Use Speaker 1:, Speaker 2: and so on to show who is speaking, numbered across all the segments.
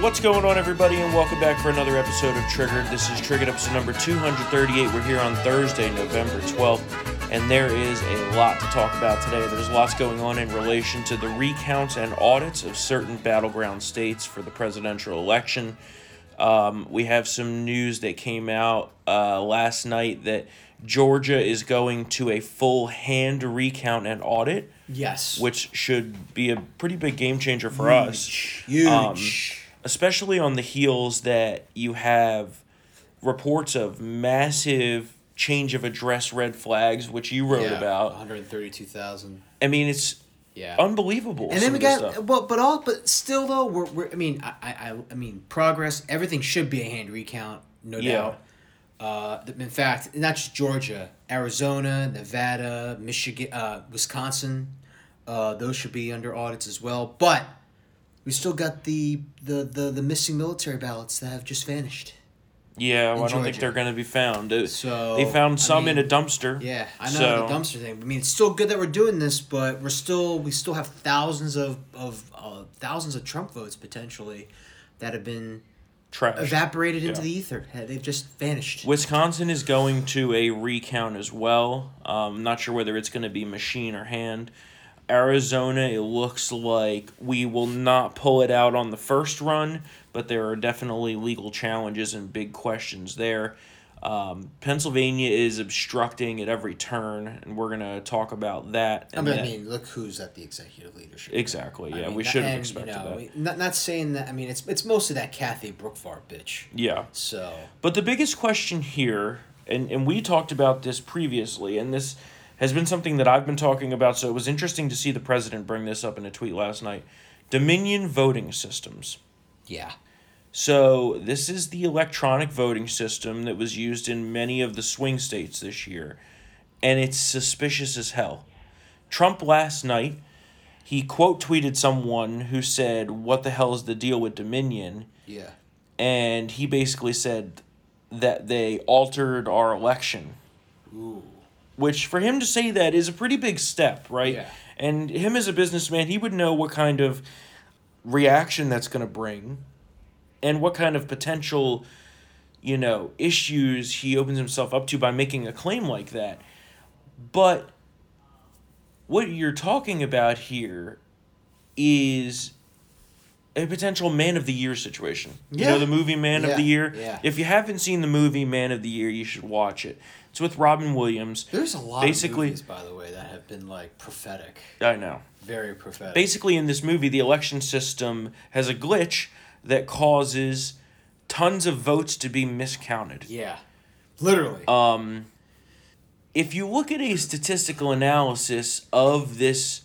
Speaker 1: What's going on, everybody, and welcome back for another episode of Triggered. This is Triggered episode number 238. We're here on Thursday, November 12th, and there is a lot to talk about today. There's lots going on in relation to the recounts and audits of certain battleground states for the presidential election. Um, we have some news that came out uh, last night that Georgia is going to a full hand recount and audit,
Speaker 2: Yes.
Speaker 1: which should be a pretty big game changer for us
Speaker 2: huge.
Speaker 1: um, especially on the heels that you have reports of massive change of address red flags, which you wrote
Speaker 2: Yeah,
Speaker 1: about.
Speaker 2: 132,000.
Speaker 1: I mean, it's
Speaker 2: Yeah.
Speaker 1: unbelievable.
Speaker 2: and then we got well, but all but still though we're, we're I mean I, I I- I mean progress everything should be a hand recount no
Speaker 1: Yeah.
Speaker 2: doubt. Uh, th- in fact, not just Georgia, Arizona, Nevada, Michigan, uh, Wisconsin, uh, those should be under audits as well. But we still got the the the, the missing military ballots that have just vanished.
Speaker 1: yeah. Well, I don't think
Speaker 2: Georgia.
Speaker 1: they're going to be found. It-
Speaker 2: So,
Speaker 1: they
Speaker 2: I
Speaker 1: found some in
Speaker 2: mean,
Speaker 1: a dumpster.
Speaker 2: Yeah, I know
Speaker 1: So-
Speaker 2: the dumpster thing. I mean, it's still good that we're doing this, but we're still we still have thousands of of uh, thousands of Trump votes potentially that have been
Speaker 1: Trash.
Speaker 2: evaporated into
Speaker 1: Yeah.
Speaker 2: the ether. Uh, They've just vanished.
Speaker 1: Wisconsin is going to a recount as well. Um, not sure whether it's going to be machine or hand. Arizona, it looks like we will not pull it out on the first run, but there are definitely legal challenges and big questions there. Um, Pennsylvania is obstructing at every turn, and we're going to talk about that.
Speaker 2: I
Speaker 1: and
Speaker 2: mean, I
Speaker 1: that-
Speaker 2: mean, look who's at the executive leadership.
Speaker 1: exactly. Yeah,
Speaker 2: I mean,
Speaker 1: we
Speaker 2: that-
Speaker 1: should have
Speaker 2: and,
Speaker 1: expected
Speaker 2: you know,
Speaker 1: that.
Speaker 2: we- not not saying that. I mean, it's it's mostly that Kathy Brookvar bitch.
Speaker 1: yeah.
Speaker 2: So
Speaker 1: But the biggest question here, and, and we talked about this previously, and this has been something that I've been talking about, so it was interesting to see the president bring this up in a tweet last night Dominion voting systems.
Speaker 2: yeah,
Speaker 1: So, this is the electronic voting system that was used in many of the swing states this year, and it's suspicious as hell. Trump last night, he quote tweeted someone who said, What the hell is the deal with Dominion?
Speaker 2: yeah,
Speaker 1: and he basically said that they altered our election.
Speaker 2: ooh,
Speaker 1: Which for him to say that is a pretty big step, right?
Speaker 2: Yeah.
Speaker 1: And him as a businessman, he would know what kind of reaction that's going to bring and what kind of potential, you know, issues he opens himself up to by making a claim like that. But what you're talking about here is a potential man of the year situation. You
Speaker 2: Yeah.
Speaker 1: know, the movie Man of
Speaker 2: Yeah,
Speaker 1: the Year.
Speaker 2: yeah.
Speaker 1: If you haven't seen the movie Man of the Year, you should watch it. It's with Robin Williams.
Speaker 2: there's a lot
Speaker 1: Basically-
Speaker 2: of movies, by the way, that have been like prophetic,
Speaker 1: I know.
Speaker 2: very prophetic.
Speaker 1: Basically, in this movie, the election system has a glitch that causes tons of votes to be miscounted. Um,
Speaker 2: yeah, literally.
Speaker 1: Uh, if you look at a statistical analysis of this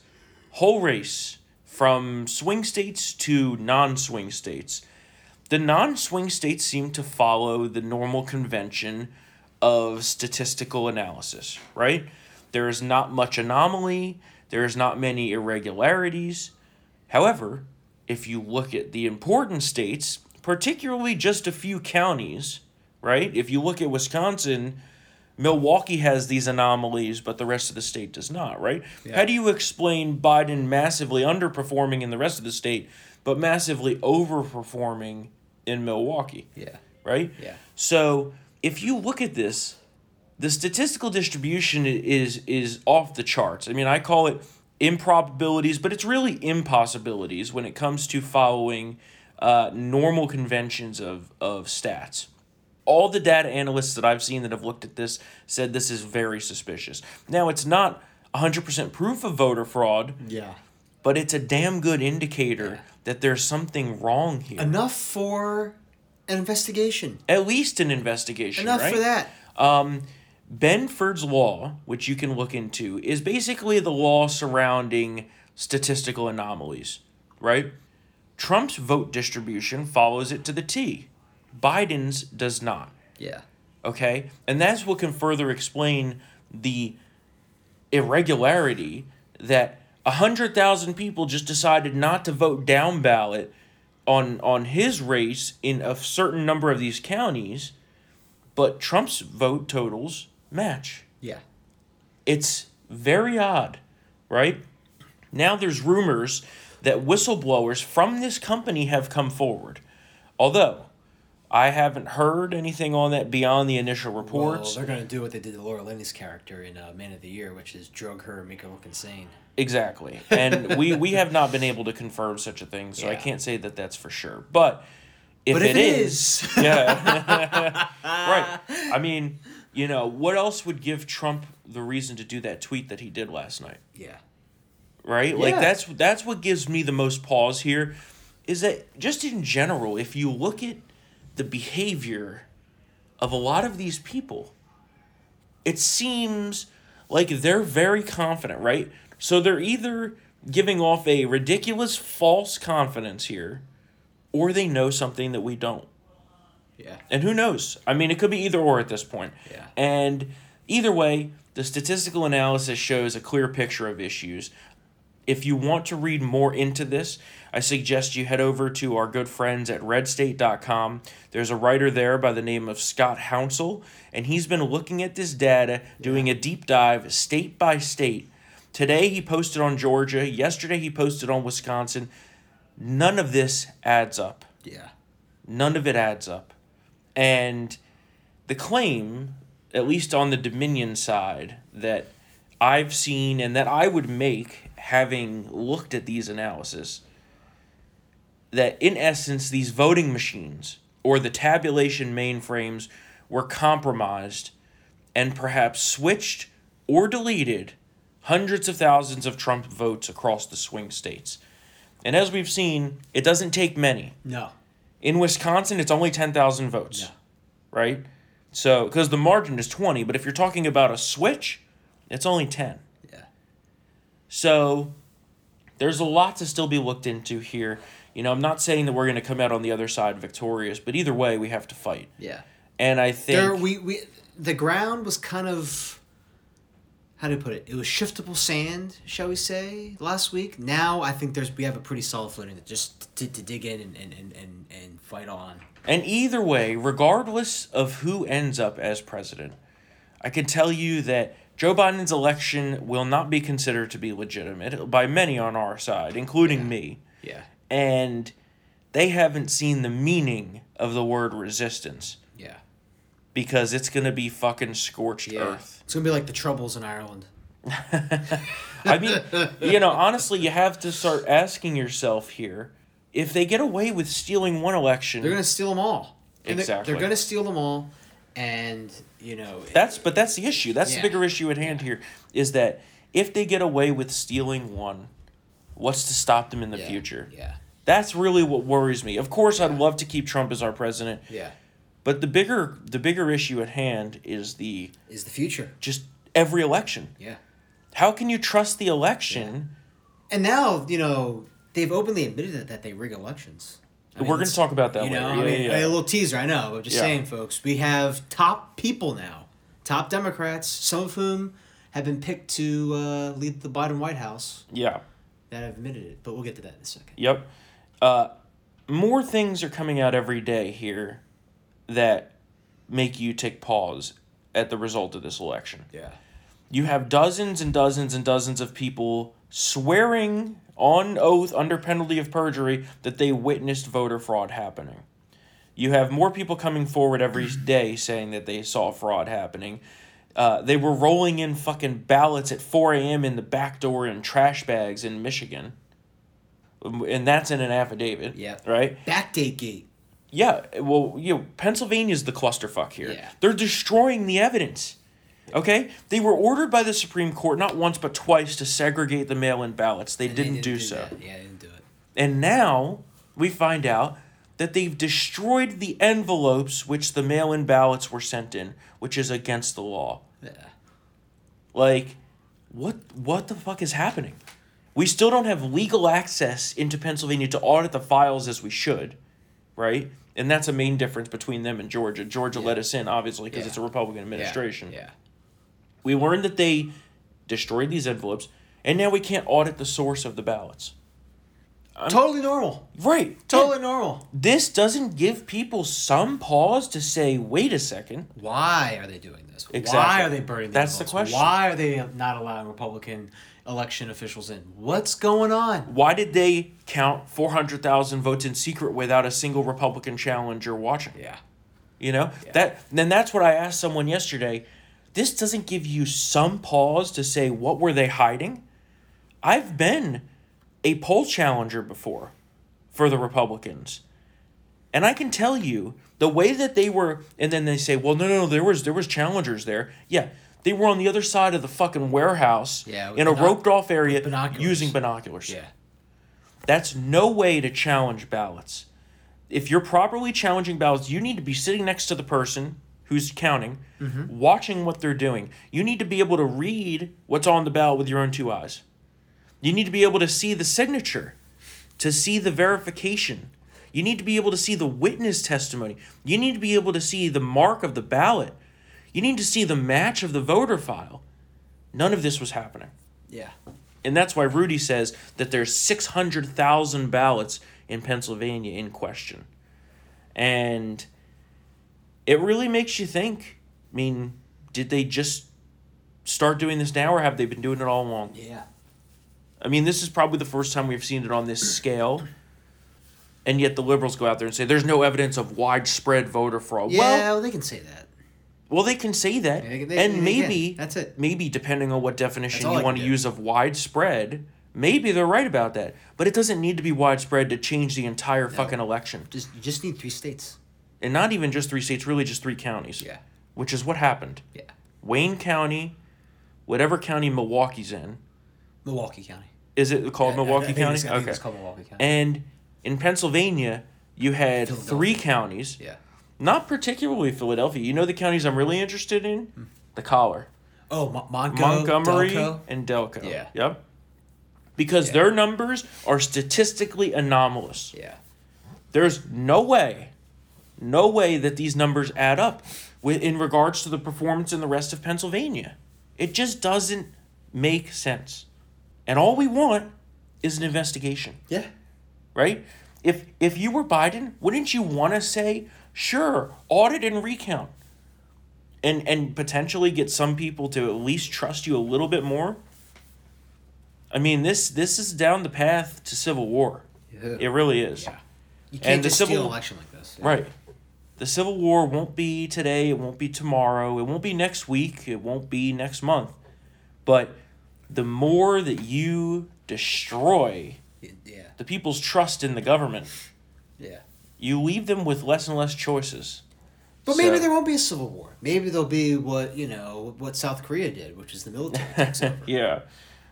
Speaker 1: whole race from swing states to non swing states, the non swing states seem to follow the normal convention of statistical analysis, right? There is not much anomaly, there is not many irregularities. However, if you look at the important states, particularly just a few counties, right? If you look at Wisconsin, Milwaukee has these anomalies, but the rest of the state does not, right?
Speaker 2: Yeah.
Speaker 1: How do you explain Biden massively underperforming in the rest of the state, but massively overperforming in Milwaukee,
Speaker 2: yeah,
Speaker 1: right?
Speaker 2: yeah.
Speaker 1: So if you look at this, the statistical distribution i- is is off the charts. I mean, I call it improbabilities, but it's really impossibilities when it comes to following uh, normal conventions of, of stats. All the data analysts that I've seen that have looked at this said this is very suspicious. Now, it's not 100% proof of voter fraud,
Speaker 2: Yeah.
Speaker 1: but it's a damn good indicator that there's something wrong here.
Speaker 2: Enough for an investigation.
Speaker 1: At least an investigation.
Speaker 2: Enough
Speaker 1: right?
Speaker 2: for that.
Speaker 1: Um, Benford's law, which you can look into, is basically the law surrounding statistical anomalies, right? Trump's vote distribution follows it to the T. Biden's does not,
Speaker 2: Yeah.
Speaker 1: okay? And that's what can further explain the irregularity that 100,000 people just decided not to vote down ballot on on his race in a certain number of these counties, but Trump's vote totals match.
Speaker 2: Yeah.
Speaker 1: It's very odd, right? Now there's rumors that whistleblowers from this company have come forward Although, I haven't heard anything on that beyond the initial
Speaker 2: Well,
Speaker 1: reports.
Speaker 2: they're gonna do what they did to Laura Linney's character in uh, Man of the Year, which is drug her and make her look insane.
Speaker 1: Exactly. And we, we have not been able to confirm such a thing, so I
Speaker 2: Yeah.
Speaker 1: can't say that that's for sure. But if,
Speaker 2: But if
Speaker 1: it
Speaker 2: it
Speaker 1: is,
Speaker 2: is-
Speaker 1: yeah. right. I mean, you know, what else would give Trump the reason to do that tweet that he did last night?
Speaker 2: Yeah.
Speaker 1: Right? Like
Speaker 2: Yeah.
Speaker 1: that's that's what gives me the most pause here is that just in general, if you look at the behavior of a lot of these people, it seems like they're very confident, right? So they're either giving off a ridiculous false confidence here or they know something that we don't.
Speaker 2: Yeah.
Speaker 1: And who knows? I mean, it could be either or at this point.
Speaker 2: Yeah.
Speaker 1: And either way, the statistical analysis shows a clear picture of issues. If you want to read more into this, I suggest you head over to our good friends at redstate.com. There's a writer there by the name of Scott Hounsel, and he's been looking at this data, doing a deep dive state by state. Today he posted on Georgia, yesterday he posted on Wisconsin. None of this adds up.
Speaker 2: Yeah.
Speaker 1: None of it adds up. And the claim, at least on the Dominion side, that I've seen and that I would make having looked at these analysis, that in essence, these voting machines or the tabulation mainframes were compromised and perhaps switched or deleted hundreds of thousands of Trump votes across the swing states. And as we've seen, it doesn't take many.
Speaker 2: No.
Speaker 1: In Wisconsin, it's only 10,000 votes,
Speaker 2: Yeah.
Speaker 1: right? So, because the margin is 20, but if you're talking about a switch, it's only 10.
Speaker 2: Yeah.
Speaker 1: So, there's a lot to still be looked into here. You know, I'm not saying that we're going to come out on the other side victorious, but either way, we have to fight.
Speaker 2: Yeah.
Speaker 1: And I think.
Speaker 2: There we we the ground was kind of how do you put it? It was shiftable sand, shall we say, last week. Now I think there's we have a pretty solid footing to just to, to dig in and, and, and, and, and fight on.
Speaker 1: And either way, regardless of who ends up as president, I can tell you that Joe Biden's election will not be considered to be legitimate by many on our side, including me.
Speaker 2: Yeah.
Speaker 1: And they haven't seen the meaning of the word resistance
Speaker 2: Yeah.
Speaker 1: because it's going to be fucking scorched
Speaker 2: Yeah.
Speaker 1: earth.
Speaker 2: It's gonna be like the troubles in Ireland.
Speaker 1: I mean, you know, honestly, you have to start asking yourself here if they get away with stealing one election,
Speaker 2: They're gonna steal them all. And they're-
Speaker 1: Exactly.
Speaker 2: They're, gonna steal them all, and you know. it-
Speaker 1: That's but that's the issue. That's
Speaker 2: Yeah.
Speaker 1: the bigger issue at hand here is that if they get away with stealing one, what's to stop them in the
Speaker 2: yeah,
Speaker 1: future?
Speaker 2: Yeah.
Speaker 1: That's really what worries me. Of course, I'd love to keep Trump as our president,
Speaker 2: Yeah.
Speaker 1: but the bigger the bigger issue at hand is the
Speaker 2: Is the future.
Speaker 1: just every election.
Speaker 2: Yeah.
Speaker 1: How can you trust the election?
Speaker 2: And now you know they've openly admitted that, that they rig elections. I mean,
Speaker 1: We're going
Speaker 2: it's-
Speaker 1: to talk about that
Speaker 2: you
Speaker 1: later.
Speaker 2: know,
Speaker 1: Yeah,
Speaker 2: I mean,
Speaker 1: yeah, yeah.
Speaker 2: a little teaser, I know, but just
Speaker 1: Yeah.
Speaker 2: saying, folks, we have top people now, top Democrats, some of whom have been picked to uh, lead the Biden White House
Speaker 1: yeah.
Speaker 2: that have admitted it, but we'll get to that in a second.
Speaker 1: Yep. Uh, more things are coming out every day here that make you take pause at the result of this election.
Speaker 2: Yeah.
Speaker 1: you have dozens and dozens and dozens of people swearing on oath under penalty of perjury that they witnessed voter fraud happening. You have more people coming forward every day saying that they saw fraud happening. Uh, they were rolling in fucking ballots at 4 a.m. in the back door in trash bags in Michigan. Um, And that's in an affidavit.
Speaker 2: Yeah.
Speaker 1: Right?
Speaker 2: Backdate gate.
Speaker 1: Yeah, well, you know, Pennsylvania's the clusterfuck here.
Speaker 2: Yeah.
Speaker 1: They're destroying the evidence. Okay? They were ordered by the Supreme Court not once but twice to segregate the mail in ballots. They
Speaker 2: And they
Speaker 1: didn't do, so.
Speaker 2: that. Yeah, they didn't do it.
Speaker 1: And now we find out that they've destroyed the envelopes which the mail in ballots were sent in, which is against the law.
Speaker 2: Yeah.
Speaker 1: Like, what what the fuck is happening? We still don't have legal access into Pennsylvania to audit the files as we should, right? And that's a main difference between them and Georgia. Georgia let us in, obviously, because
Speaker 2: Yeah.
Speaker 1: it's a Republican administration.
Speaker 2: Yeah.
Speaker 1: We learned that they destroyed these envelopes, and now we can't audit the source of the ballots.
Speaker 2: totally normal.
Speaker 1: Right.
Speaker 2: Totally normal.
Speaker 1: This doesn't give people some pause to say, wait a second.
Speaker 2: Why are they doing this? Why
Speaker 1: Exactly.
Speaker 2: are they burning? the
Speaker 1: That's the
Speaker 2: envelopes?
Speaker 1: question.
Speaker 2: Why are they not allowing Republican election officials in. What's going on?
Speaker 1: Why did they count 400,000 votes in secret without a single Republican challenger watching?
Speaker 2: Yeah.
Speaker 1: You know? That then that's what I asked someone yesterday. This doesn't give you some pause to say what were they hiding? I've been a poll challenger before for the Republicans. And I can tell you the way that they were and then they say, "Well, no, no, no, there was there was challengers there." Yeah, they were on the other side of the fucking warehouse
Speaker 2: Yeah, with
Speaker 1: in a
Speaker 2: binoc-
Speaker 1: roped off area
Speaker 2: with binoculars.
Speaker 1: using binoculars.
Speaker 2: Yeah.
Speaker 1: That's no way to challenge ballots. If you're properly challenging ballots, you need to be sitting next to the person who's counting, watching what they're doing. You need to be able to read what's on the ballot with your own two eyes. You need to be able to see the signature, to see the verification. You need to be able to see the witness testimony. You need to be able to see the mark of the ballot. You need to see the match of the voter file. None of this was happening.
Speaker 2: Yeah.
Speaker 1: And that's why Rudy says that there's 600,000 ballots in Pennsylvania in question. And it really makes you think. I mean, did they just start doing this now or have they been doing it all along?
Speaker 2: Yeah.
Speaker 1: I mean, this is probably the first time we've seen it on this scale. And yet the liberals go out there and say there's no evidence of widespread voter fraud.
Speaker 2: Yeah,
Speaker 1: Well,
Speaker 2: well, they can say that.
Speaker 1: well, they can say that,
Speaker 2: They- they-
Speaker 1: and
Speaker 2: they-
Speaker 1: maybe
Speaker 2: yeah, that's it.
Speaker 1: Maybe depending on what definition
Speaker 2: all I
Speaker 1: you
Speaker 2: can
Speaker 1: want to
Speaker 2: do.
Speaker 1: use of widespread, maybe they're right about that. But it doesn't need to be widespread to change the entire fucking election,
Speaker 2: Just you just need three states.
Speaker 1: and not even just three states, really just three counties.
Speaker 2: Yeah.
Speaker 1: which is what happened.
Speaker 2: Yeah.
Speaker 1: Wayne County, whatever county Milwaukee's in,
Speaker 2: Milwaukee County.
Speaker 1: is it called
Speaker 2: I- I- I
Speaker 1: Milwaukee
Speaker 2: think
Speaker 1: County?
Speaker 2: it's- I think
Speaker 1: okay,
Speaker 2: it's called Milwaukee County.
Speaker 1: and in Pennsylvania, you had three
Speaker 2: Philadelphia.
Speaker 1: counties,
Speaker 2: yeah.
Speaker 1: not particularly Philadelphia. You know the counties I'm really interested in,
Speaker 2: Hmm.
Speaker 1: the collar.
Speaker 2: Oh, Mo- Monco,
Speaker 1: Montgomery
Speaker 2: Delco.
Speaker 1: and Delco.
Speaker 2: Yeah.
Speaker 1: Yep. Because
Speaker 2: Yeah.
Speaker 1: their numbers are statistically anomalous.
Speaker 2: Yeah.
Speaker 1: There's no way, no way that these numbers add up with, in regards to the performance in the rest of Pennsylvania. It just doesn't make sense. And all we want is an investigation
Speaker 2: Yeah.
Speaker 1: right? If if you were Biden, wouldn't you want to say, sure, audit and recount, and and potentially get some people to at least trust you a little bit more? I mean, this this is down the path to civil war.
Speaker 2: Yeah.
Speaker 1: It really is.
Speaker 2: Yeah. You
Speaker 1: And
Speaker 2: can't
Speaker 1: the
Speaker 2: just
Speaker 1: civil-
Speaker 2: steal an election like this. Yeah.
Speaker 1: Right. The Civil War won't be today, it won't be tomorrow, it won't be next week, it won't be next month. But the more that you destroy
Speaker 2: Yeah.
Speaker 1: the people's trust in the government,
Speaker 2: Yeah.
Speaker 1: you leave them with less and less choices.
Speaker 2: But maybe
Speaker 1: So-
Speaker 2: there won't be a civil war. Maybe there'll be what you know what South Korea did, which is the military takes over.
Speaker 1: Yeah.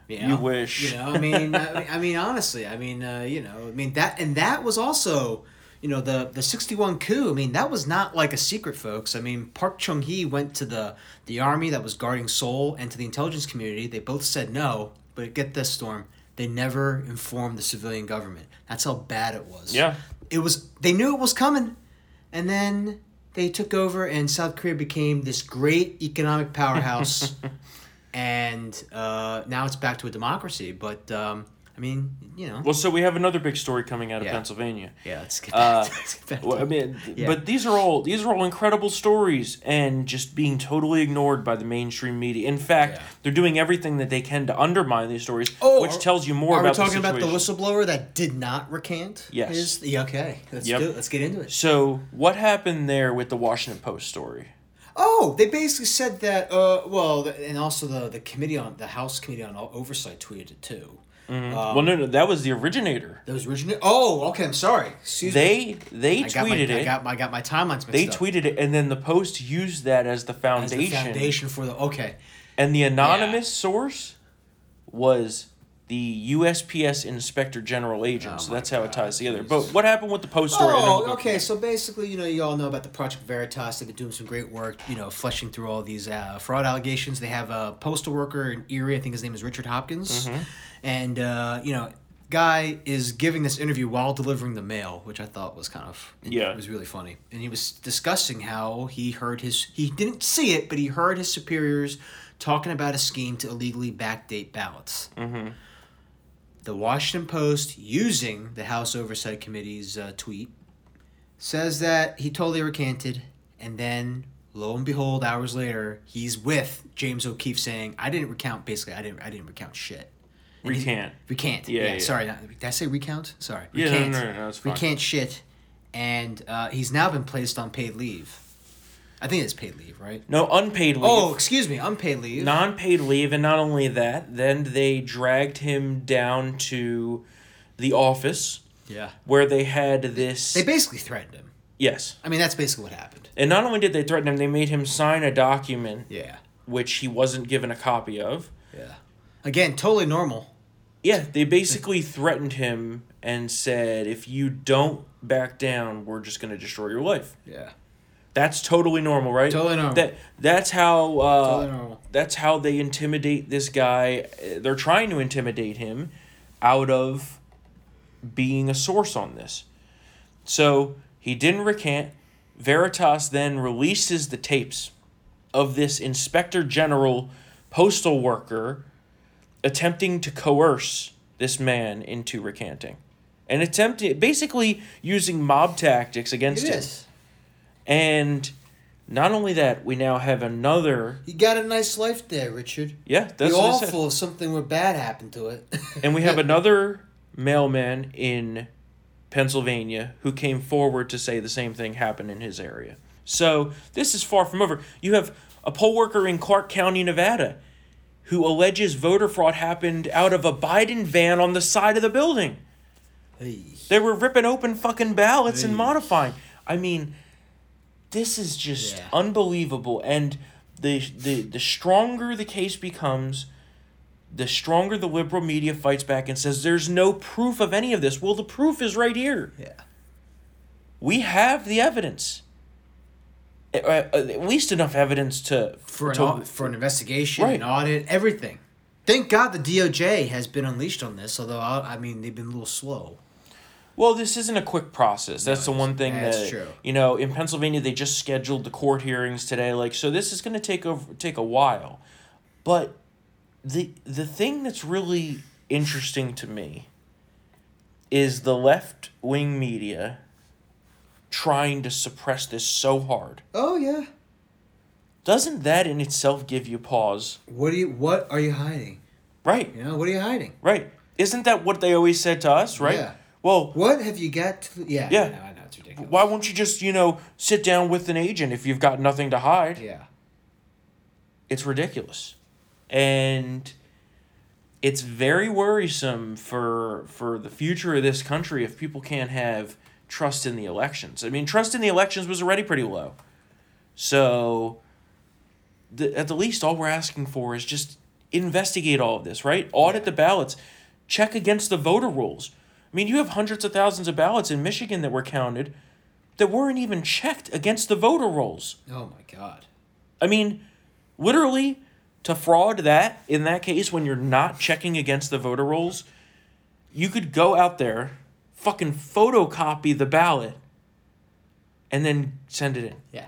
Speaker 1: You
Speaker 2: know?
Speaker 1: wish.
Speaker 2: You know, I mean, I mean- I mean, honestly, I mean, uh, you know, I mean that, and that was also, you know, the the sixty one coup. I mean, that was not like a secret, folks. I mean, Park Chung Hee went to the the army that was guarding Seoul and to the intelligence community. They both said no, but get this, Storm. They never informed the civilian government. That's how bad it was.
Speaker 1: Yeah.
Speaker 2: it was. They knew it was coming, and then they took over, and South Korea became this great economic powerhouse. and uh, now it's back to a democracy. But um, I mean, you know,
Speaker 1: Well, so we have another big story coming out of
Speaker 2: Yeah.
Speaker 1: Pennsylvania.
Speaker 2: yeah, let's get
Speaker 1: Uh,
Speaker 2: back. to- let's get back to
Speaker 1: Well, I
Speaker 2: it.
Speaker 1: mean, th-
Speaker 2: Yeah.
Speaker 1: but these are all these are all incredible stories and just being totally ignored by the mainstream media. In fact,
Speaker 2: Yeah.
Speaker 1: they're doing everything that they can to undermine these stories,
Speaker 2: Oh,
Speaker 1: which
Speaker 2: are-
Speaker 1: tells you more
Speaker 2: Are we
Speaker 1: about
Speaker 2: talking
Speaker 1: the
Speaker 2: about the
Speaker 1: situation.
Speaker 2: whistleblower that did not recant?
Speaker 1: Yes.
Speaker 2: his- yeah, okay. Let's
Speaker 1: Yep.
Speaker 2: do it. Let's get into it.
Speaker 1: so, what happened there with the Washington Post story?
Speaker 2: Oh, they basically said that. Uh, well, th- and also the the committee on the House Committee on Oversight tweeted it too. Uh,
Speaker 1: Hmm? well, no, no, that was the originator.
Speaker 2: that was originally. Oh, okay. I'm sorry. Excuse me.
Speaker 1: They they
Speaker 2: I
Speaker 1: tweeted
Speaker 2: got
Speaker 1: it.
Speaker 2: my, I got my, I got my timelines mixed
Speaker 1: they
Speaker 2: up.
Speaker 1: tweeted it, and then the Post used that as the
Speaker 2: As
Speaker 1: foundation.
Speaker 2: the foundation for the okay.
Speaker 1: And the anonymous source was the USPS Inspector General agent.
Speaker 2: Oh
Speaker 1: so
Speaker 2: my
Speaker 1: that's how it
Speaker 2: God,
Speaker 1: ties together.
Speaker 2: Jesus.
Speaker 1: But what happened with the post story? and then we'll
Speaker 2: Oh,
Speaker 1: go
Speaker 2: okay. So basically, you know, you all know about the Project Veritas. They've been doing some great work, you know, fleshing through all these uh, fraud allegations. They have a postal worker in Erie. I think his name is Richard Hopkins, and uh, you know, guy is giving this interview while delivering the mail, which I thought was kind of
Speaker 1: Yeah.
Speaker 2: it was really funny. And he was discussing how he heard his he didn't see it, but he heard his superiors talking about a scheme to illegally backdate ballots the Washington Post, using the House Oversight Committee's uh, tweet, says that he totally recanted, and then lo and behold, hours later, he's with James O'Keefe saying, "I didn't recount. Basically, I didn't. I didn't recount shit."
Speaker 1: Recant.
Speaker 2: Recant.
Speaker 1: Yeah,
Speaker 2: Yeah.
Speaker 1: yeah.
Speaker 2: Sorry. Not, did I say recount? Sorry.
Speaker 1: Yeah, no,
Speaker 2: Recant.
Speaker 1: no, no, no, it's fine.
Speaker 2: Recant shit, and uh, he's now been placed on paid leave. I think it's paid leave, right?
Speaker 1: No, unpaid leave.
Speaker 2: Oh, excuse me, unpaid leave.
Speaker 1: non paid leave, and not only that, then they dragged him down to the office
Speaker 2: Yeah.
Speaker 1: where they had this.
Speaker 2: They basically threatened him.
Speaker 1: yes.
Speaker 2: I mean, that's basically what happened.
Speaker 1: And not only did they threaten him, they made him sign a document
Speaker 2: Yeah.
Speaker 1: which he wasn't given a copy of.
Speaker 2: Yeah. Again, totally normal.
Speaker 1: Yeah, they basically threatened him and said, if you don't back down, we're just going to destroy your life.
Speaker 2: Yeah.
Speaker 1: That's totally normal, right?
Speaker 2: Totally normal.
Speaker 1: That that's how uh,
Speaker 2: Totally normal.
Speaker 1: that's how they intimidate this guy. Uh, They're trying to intimidate him out of being a source on this. So he didn't recant. Veritas then releases the tapes of this inspector general postal worker attempting to coerce this man into recanting and attempting basically using mob tactics against
Speaker 2: It
Speaker 1: him.
Speaker 2: is.
Speaker 1: And not only that, we now have another.
Speaker 2: You got a nice life there, Richard.
Speaker 1: Yeah, that's
Speaker 2: Be
Speaker 1: what I said.
Speaker 2: awful if something were bad happened to it.
Speaker 1: And we have another mailman in Pennsylvania who came forward to say the same thing happened in his area. So this is far from over. You have a poll worker in Clark County, Nevada, who alleges voter fraud happened out of a Biden van on the side of the building.
Speaker 2: Hey.
Speaker 1: They were ripping open fucking ballots and modifying. I mean, this is just
Speaker 2: Yeah.
Speaker 1: unbelievable. And the, the the stronger the case becomes, the stronger the liberal media fights back and says there's no proof of any of this. Well, the proof is right here.
Speaker 2: Yeah.
Speaker 1: We have the evidence. Uh, uh, At least enough evidence to
Speaker 2: for an
Speaker 1: to-
Speaker 2: au- for an investigation,
Speaker 1: Right.
Speaker 2: an audit, everything. Thank God the DOJ has been unleashed on this. Although uh, I, I mean, they've been a little slow.
Speaker 1: Well, this isn't a quick process. That's the one thing
Speaker 2: that's
Speaker 1: that
Speaker 2: true.
Speaker 1: you know in Pennsylvania they just scheduled the court hearings today. Like so, this is going to take over take a while, but the the thing that's really interesting to me is the left wing media trying to suppress this so hard.
Speaker 2: Oh yeah.
Speaker 1: Doesn't that in itself give you pause?
Speaker 2: What do you? What are you hiding?
Speaker 1: Right,
Speaker 2: You know, what are you hiding?
Speaker 1: right. Isn't that what they always said to us? Right.
Speaker 2: Yeah.
Speaker 1: Well,
Speaker 2: What have you got? To, yeah.
Speaker 1: Yeah.
Speaker 2: I know, I know it's ridiculous.
Speaker 1: why won't you just you know sit down with an agent if you've got nothing to hide?
Speaker 2: Yeah.
Speaker 1: it's ridiculous and it's very worrisome for for the future of this country if people can't have trust in the elections i mean trust in the elections was already pretty low so the, at the least all we're asking for is just investigate all of this right audit the ballots check against the voter rolls i mean you have hundreds of thousands of ballots in michigan that were counted that weren't even checked against the voter rolls
Speaker 2: Oh my God.
Speaker 1: I mean, literally, to fraud that in that case when you're not checking against the voter rolls, you could go out there, fucking photocopy the ballot, and then send it in,
Speaker 2: Yeah.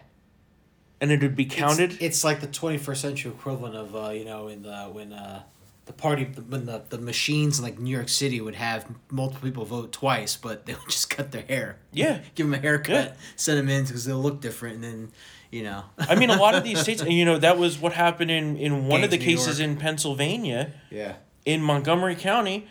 Speaker 1: and it would be counted.
Speaker 2: It's, it's like the twenty first century equivalent of uh, you know in the when uh, the party when the, the machines in like New York City would have multiple people vote twice, but they would just cut their hair.
Speaker 1: Yeah.
Speaker 2: Give them a haircut,
Speaker 1: Yeah.
Speaker 2: send them in because they'll look different, and then you know.
Speaker 1: I mean, a lot of these states, and, you know, that was what happened in in one of the
Speaker 2: Gangs, New
Speaker 1: cases
Speaker 2: York.
Speaker 1: in Pennsylvania.
Speaker 2: yeah.
Speaker 1: in Montgomery County,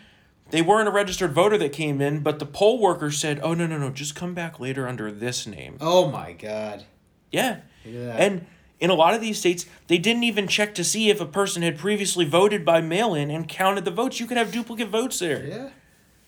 Speaker 1: they weren't a registered voter that came in, but the poll worker said, "Oh no, no, no, just come back later under this name."
Speaker 2: Oh my God.
Speaker 1: Yeah.
Speaker 2: Look at that.
Speaker 1: And in a lot of these states, they didn't even check to see if a person had previously voted by mail in and counted the votes. You could have duplicate votes there.
Speaker 2: Yeah.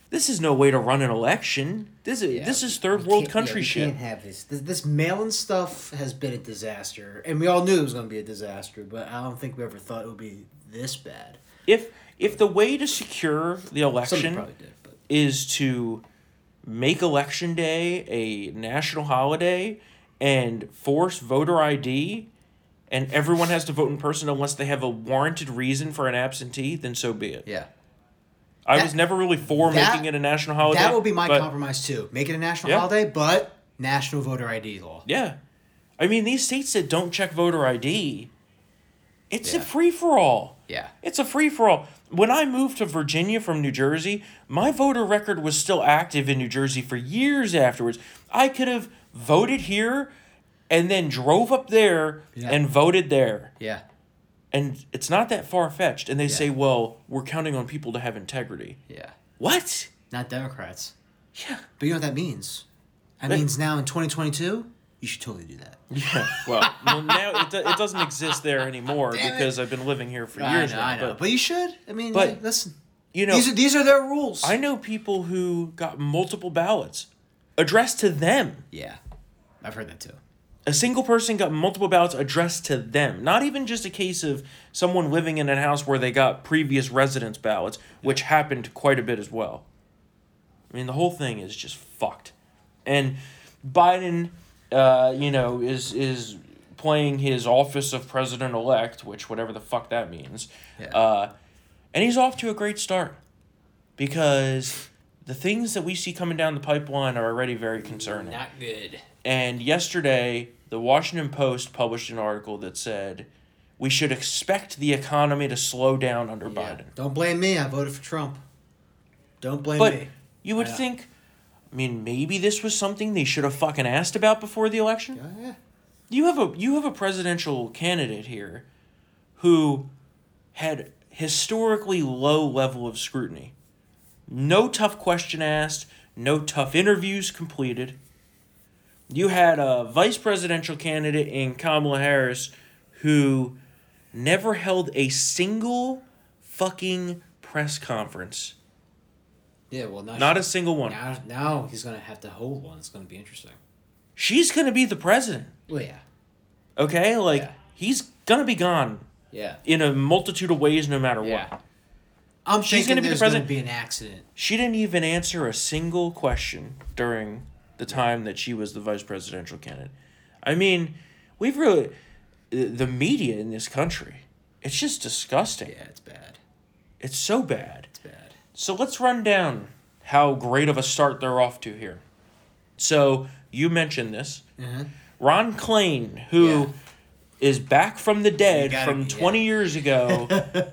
Speaker 1: This is no way to run an election. This is
Speaker 2: Yeah.
Speaker 1: this is third world country
Speaker 2: yeah,
Speaker 1: shit.
Speaker 2: We can't have this. this. This mailing stuff has been a disaster, and we all knew it was going to be a disaster. But I don't think we ever thought it would be this bad.
Speaker 1: If if the way to secure the
Speaker 2: Somebody
Speaker 1: election
Speaker 2: probably did, but
Speaker 1: is to make election day a national holiday and force voter ID and everyone has to vote in person unless they have a warranted reason for an absentee, then so be it.
Speaker 2: yeah,
Speaker 1: I
Speaker 2: That-
Speaker 1: was never really for
Speaker 2: that-
Speaker 1: making it a national holiday.
Speaker 2: that would be my
Speaker 1: Oh, but,
Speaker 2: compromise too. Make it a national
Speaker 1: Yeah.
Speaker 2: holiday, but national voter ID law.
Speaker 1: Yeah. I mean, these states that don't check voter ID, it's a
Speaker 2: Yeah.
Speaker 1: free for all.
Speaker 2: Yeah.
Speaker 1: It's a free for all. When I moved to Virginia from New Jersey, my voter record was still active in New Jersey for years afterwards. I could have voted here and then drove up there
Speaker 2: Yeah.
Speaker 1: and voted there.
Speaker 2: Yeah.
Speaker 1: And it's not that far fetched. And they say, well, we're counting on people to have integrity.
Speaker 2: Yeah.
Speaker 1: What?
Speaker 2: Not Democrats.
Speaker 1: Yeah.
Speaker 2: But you know what that means? That
Speaker 1: They-
Speaker 2: means now in 2022, you should totally do that.
Speaker 1: Yeah. Well, well, now it, do, it doesn't exist there anymore
Speaker 2: Damn it.
Speaker 1: because I've been living here for
Speaker 2: I
Speaker 1: years
Speaker 2: know,
Speaker 1: now.
Speaker 2: I know. But,
Speaker 1: But,
Speaker 2: you should. I mean,
Speaker 1: But,
Speaker 2: like, listen.
Speaker 1: you know,
Speaker 2: these are these are their rules.
Speaker 1: I know people who got multiple ballots addressed to them.
Speaker 2: yeah, I've heard that too.
Speaker 1: A single person got multiple ballots addressed to them. Not even just a case of someone living in a house where they got previous residence ballots, which happened quite a bit as well. I mean, the whole thing is just fucked. And Biden, uh, you know, is is playing his office of president elect, which whatever the fuck that means.
Speaker 2: Yeah.
Speaker 1: Uh, and he's off to a great start because the things that we see coming down the pipeline are already very concerning.
Speaker 2: Not good.
Speaker 1: And yesterday, the Washington Post published an article that said we should expect the economy to slow down under Biden.
Speaker 2: Don't blame me. I voted for Trump. Don't blame
Speaker 1: But
Speaker 2: me.
Speaker 1: you would
Speaker 2: Yeah.
Speaker 1: think, I mean, maybe this was something they should have fucking asked about before the election.
Speaker 2: Yeah, yeah.
Speaker 1: You have a you have a presidential candidate here who had historically low level of scrutiny. No tough question asked, no tough interviews completed. You had a vice presidential candidate in Kamala Harris who never held a single fucking press conference.
Speaker 2: Yeah, well, now
Speaker 1: Not a single one.
Speaker 2: now, now he's gonna have to hold one. It's gonna be interesting.
Speaker 1: She's going to be the president.
Speaker 2: Well, yeah,
Speaker 1: Okay? Like
Speaker 2: Yeah.
Speaker 1: he's going to be gone
Speaker 2: yeah,
Speaker 1: in a multitude of ways no matter what.
Speaker 2: yeah. I'm
Speaker 1: She's
Speaker 2: thinking
Speaker 1: gonna be the
Speaker 2: there's
Speaker 1: president.
Speaker 2: gonna be an accident.
Speaker 1: She didn't even answer a single question during the time that she was the vice presidential candidate. I mean, we've really the the media in this country. It's just disgusting.
Speaker 2: Yeah, it's bad.
Speaker 1: It's so bad.
Speaker 2: It's bad.
Speaker 1: So let's run down how great of a start they're off to here. So you mentioned this.
Speaker 2: Uh-huh.
Speaker 1: Ron Klain, who is
Speaker 2: Yeah.
Speaker 1: back from the dead
Speaker 2: gotta
Speaker 1: from
Speaker 2: be- yeah.
Speaker 1: 20 years ago,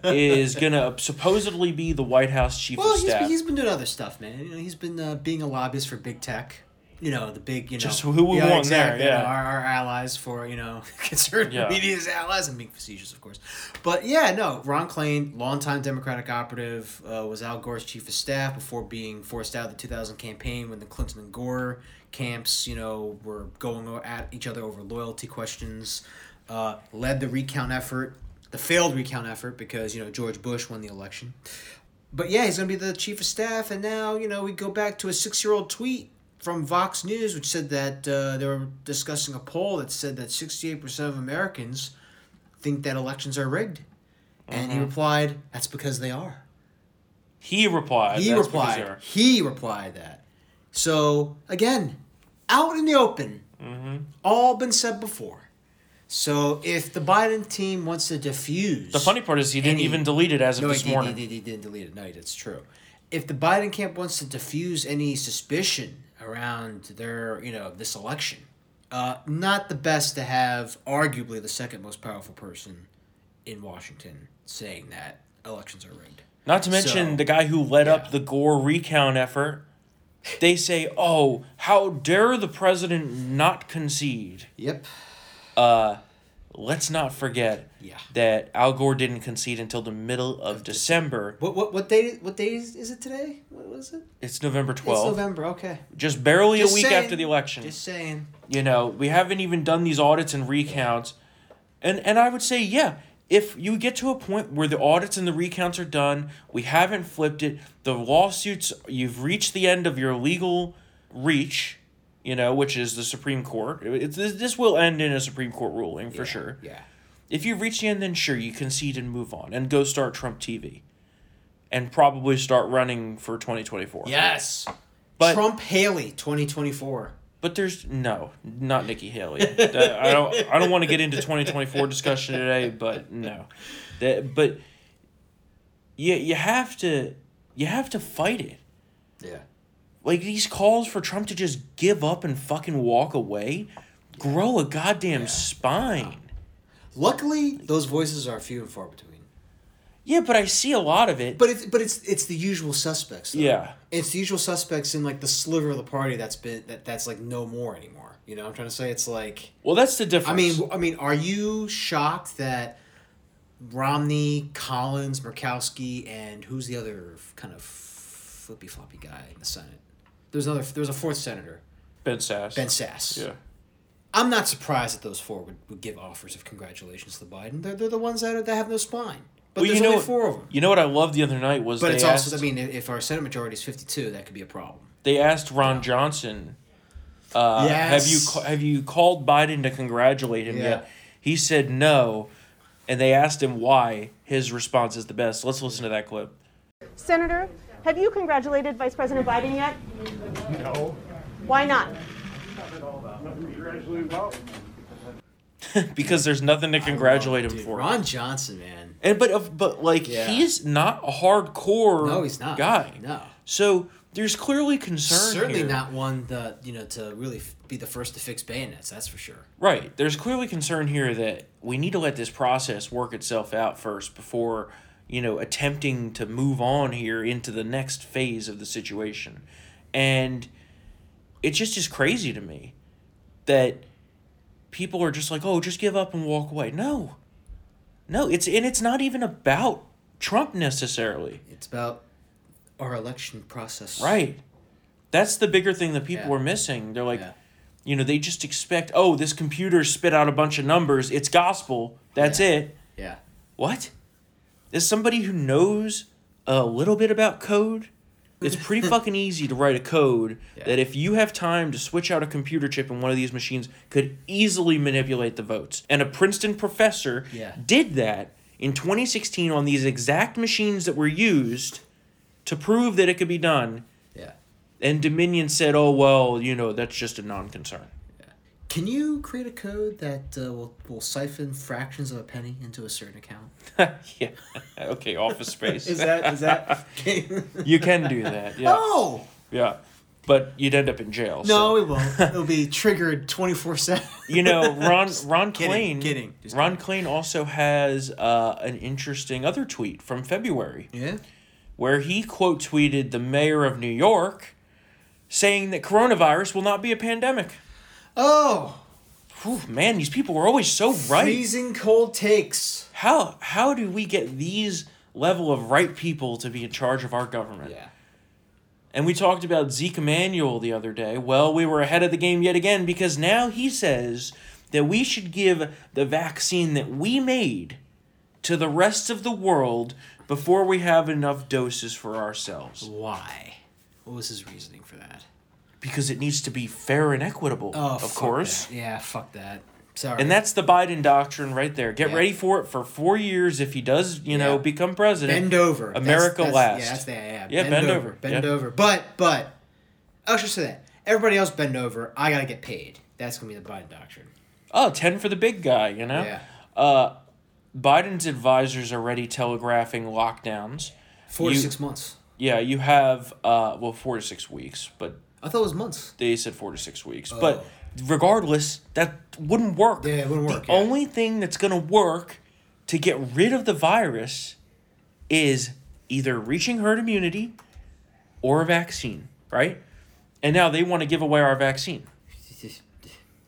Speaker 1: is going to supposedly be the White House chief
Speaker 2: Well,
Speaker 1: of
Speaker 2: he's
Speaker 1: staff.
Speaker 2: been, he's been doing other stuff, man. You know, he's been uh, being a lobbyist for big tech. You know, the big, you know,
Speaker 1: Just who we
Speaker 2: yeah,
Speaker 1: want there,
Speaker 2: you know,
Speaker 1: yeah.
Speaker 2: our, our allies for you know conservative
Speaker 1: Yeah.
Speaker 2: media's allies. I'm being facetious, of course, but yeah, no. Ron Klain, longtime Democratic operative, uh, was Al Gore's chief of staff before being forced out of the 2000 campaign when the Clinton and Gore camps, you know, were going o- at each other over loyalty questions. Uh, led the recount effort, the failed recount effort, because you know George Bush won the election. But yeah, he's going to be the chief of staff. And now, you know, we go back to a six year old tweet from Vox News, which said that uh, they were discussing a poll that said that 68% of Americans think that elections are rigged. And
Speaker 1: Mm-hmm.
Speaker 2: he replied, that's because they are.
Speaker 1: He replied.
Speaker 2: He
Speaker 1: Uh, "That's because
Speaker 2: replied,
Speaker 1: they're-
Speaker 2: he replied that. So, again, out in the open,
Speaker 1: Mm-hmm.
Speaker 2: all been said before. So, if the Biden team wants to defuse.
Speaker 1: The funny part is he didn't
Speaker 2: Any-
Speaker 1: even delete it as of
Speaker 2: No, he,
Speaker 1: this
Speaker 2: did, he,
Speaker 1: morning.
Speaker 2: did, he didn't delete it. No, that's true. If the Biden camp wants to diffuse any suspicion around their, you know, this election, uh, not the best to have arguably the second most powerful person in Washington saying that elections are rigged.
Speaker 1: Not to mention
Speaker 2: So-
Speaker 1: the guy who led
Speaker 2: Yeah.
Speaker 1: up the Gore recount effort. They say, "Oh, how dare the president not concede?"
Speaker 2: Yep.
Speaker 1: Let's not forget
Speaker 2: Yeah.
Speaker 1: that Al Gore didn't concede until the middle of December.
Speaker 2: What what what day what day is, is it today? What was it?
Speaker 1: It's November
Speaker 2: It's
Speaker 1: 12th.
Speaker 2: November. Okay.
Speaker 1: Just barely
Speaker 2: Just
Speaker 1: a week
Speaker 2: saying.
Speaker 1: after the election.
Speaker 2: Just saying.
Speaker 1: You know, we haven't even done these audits and recounts. And and I would say, yeah, if you get to a point where the audits and the recounts are done, we haven't flipped it, the lawsuits you've reached the end of your legal reach, you know, which is the Supreme Court. It's, this this will end in a Supreme Court ruling for sure.
Speaker 2: Yeah.
Speaker 1: If you've reached the end, then sure, you concede and move on and go start Trump TV. And probably start running for 2024.
Speaker 2: Yes.
Speaker 1: But-
Speaker 2: Trump Haley 2024.
Speaker 1: But there's no, not Nikki Haley. That- I don't. I don't want to get into twenty twenty four discussion today, but no, that but you you have to you have to fight it.
Speaker 2: Yeah.
Speaker 1: Like these calls for Trump to just give up and fucking walk away, grow a goddamn spine.
Speaker 2: Luckily, those voices are few and far between.
Speaker 1: Yeah, but I see a lot of it.
Speaker 2: But it's but it's it's the usual suspects. Though.
Speaker 1: yeah,
Speaker 2: It's the usual suspects in like the sliver of the party that's been that that's like no more anymore. You know, what I'm trying to say it's like
Speaker 1: well that's the difference.
Speaker 2: I mean I mean, are you shocked that Romney, Collins, Murkowski, and who's the other f- kind of flippy floppy guy in the Senate? There's another. There's a fourth senator,
Speaker 1: Ben Sass.
Speaker 2: Ben Sass.
Speaker 1: Yeah.
Speaker 2: I'm not surprised that those four would, would give offers of congratulations to Biden. They're, they're the ones that, are, that have no spine. But
Speaker 1: Well,
Speaker 2: there's
Speaker 1: you know
Speaker 2: only
Speaker 1: what-
Speaker 2: four of them.
Speaker 1: You know what I loved the other night was
Speaker 2: But
Speaker 1: they
Speaker 2: it's
Speaker 1: asked,
Speaker 2: also, I mean, if our Senate majority is 52, that could be a problem.
Speaker 1: they asked Ron Johnson, uh, have you
Speaker 2: Yes.
Speaker 1: ca- have you called Biden to congratulate him
Speaker 2: Yeah.
Speaker 1: yet? He said no, and they asked him why. His response is the best. Let's listen to that clip.
Speaker 3: Senator, have you congratulated Vice President Biden yet?
Speaker 4: No,
Speaker 3: Why not?
Speaker 4: congratulations, well,
Speaker 1: because there's nothing to congratulate him
Speaker 2: Dude,
Speaker 1: for.
Speaker 2: Ron Johnson, man.
Speaker 1: And but uh, but like
Speaker 2: Yeah.
Speaker 1: he's not a hardcore
Speaker 2: No, he's not.
Speaker 1: guy.
Speaker 2: No.
Speaker 1: So there's clearly concern.
Speaker 2: Certainly
Speaker 1: here.
Speaker 2: not one that, you know, to really f- be the first to fix bayonets, that's for sure.
Speaker 1: Right. There's clearly concern here that we need to let this process work itself out first before, you know, attempting to move on here into the next phase of the situation. And it just is crazy to me that people are just like, "Oh, just give up and walk away." No. No, it's and it's not even about Trump necessarily.
Speaker 2: It's about our election process.
Speaker 1: Right. That's the bigger thing that people
Speaker 2: Yeah.
Speaker 1: are missing. They're like,
Speaker 2: Yeah.
Speaker 1: you know, they just expect, oh, this computer spit out a bunch of numbers. It's gospel. That's
Speaker 2: Yeah.
Speaker 1: it.
Speaker 2: Yeah.
Speaker 1: What? As somebody who knows a little bit about code, it's pretty fucking easy to write a code
Speaker 2: Yeah.
Speaker 1: that if you have time to switch out a computer chip in one of these machines could easily manipulate the votes. And a Princeton professor
Speaker 2: Yeah.
Speaker 1: did that in 2016 on these exact machines that were used to prove that it could be done.
Speaker 2: Yeah.
Speaker 1: And Dominion said, "Oh well, you know that's just a non-concern."
Speaker 2: Can you create a code that uh, will, will siphon fractions of a penny into a certain account?
Speaker 1: yeah. okay. Office space.
Speaker 2: Is that is that?
Speaker 1: you can do that. Yeah.
Speaker 2: Oh
Speaker 1: Yeah. But you'd end up in jail.
Speaker 2: no,
Speaker 1: so-
Speaker 2: it won't. It'll be triggered twenty four seven.
Speaker 1: You know, Ron Ron
Speaker 2: kidding,
Speaker 1: Klain.
Speaker 2: kidding, just
Speaker 1: Ron Klain also has uh, an interesting other tweet from February
Speaker 2: Yeah.
Speaker 1: where he quote tweeted the mayor of New York, saying that coronavirus will not be a pandemic.
Speaker 2: Oh,
Speaker 1: Whew, man, these people were always so right.
Speaker 2: freezing cold takes.
Speaker 1: How how do we get these level of right people to be in charge of our government?
Speaker 2: Yeah.
Speaker 1: And we talked about Zeke Emanuel the other day. Well, we were ahead of the game yet again because now he says that we should give the vaccine that we made to the rest of the world before we have enough doses for ourselves
Speaker 2: Why? What was his reasoning for that?
Speaker 1: because it needs to be fair and equitable,
Speaker 2: Oh,
Speaker 1: of
Speaker 2: fuck
Speaker 1: course.
Speaker 2: that. Yeah, fuck that. Sorry.
Speaker 1: And that's the Biden doctrine right there. Get
Speaker 2: Yeah.
Speaker 1: ready for it for 4 years if he does, you know,
Speaker 2: Yeah.
Speaker 1: become president.
Speaker 2: bend over. That's-
Speaker 1: America
Speaker 2: that's,
Speaker 1: last.
Speaker 2: Yeah, that's the yeah.
Speaker 1: Yeah, bend over.
Speaker 2: Bend
Speaker 1: Yeah.
Speaker 2: over. But but, I'll just say that everybody else bend over. I gotta get paid. That's gonna be the Biden doctrine.
Speaker 1: oh, 10 for the big guy, you know?
Speaker 2: Yeah.
Speaker 1: Uh, Biden's advisors are already telegraphing lockdowns.
Speaker 2: Four
Speaker 1: You-
Speaker 2: to six months.
Speaker 1: Yeah, you have, uh, well, four to six weeks, but
Speaker 2: I thought it was months.
Speaker 1: they said four to six weeks. But regardless, that wouldn't work.
Speaker 2: Oh. Yeah, it wouldn't
Speaker 1: the
Speaker 2: work, yeah.
Speaker 1: only thing that's going to work to get rid of the virus is either reaching herd immunity or a vaccine, right? And now they want to give away our vaccine.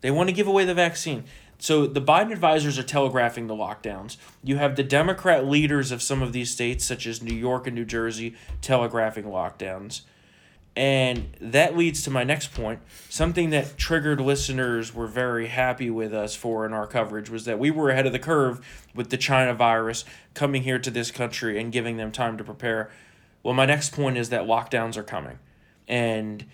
Speaker 1: They want to give away the vaccine. So the Biden advisors are telegraphing the lockdowns. You have the Democrat leaders of some of these states, such as New York and New Jersey, telegraphing lockdowns. And that leads to my next point. Something that triggered listeners were very happy with us for in our coverage was that we were ahead of the curve with the China virus coming here to this country and giving them time to prepare. Well, my next point is that lockdowns are coming. And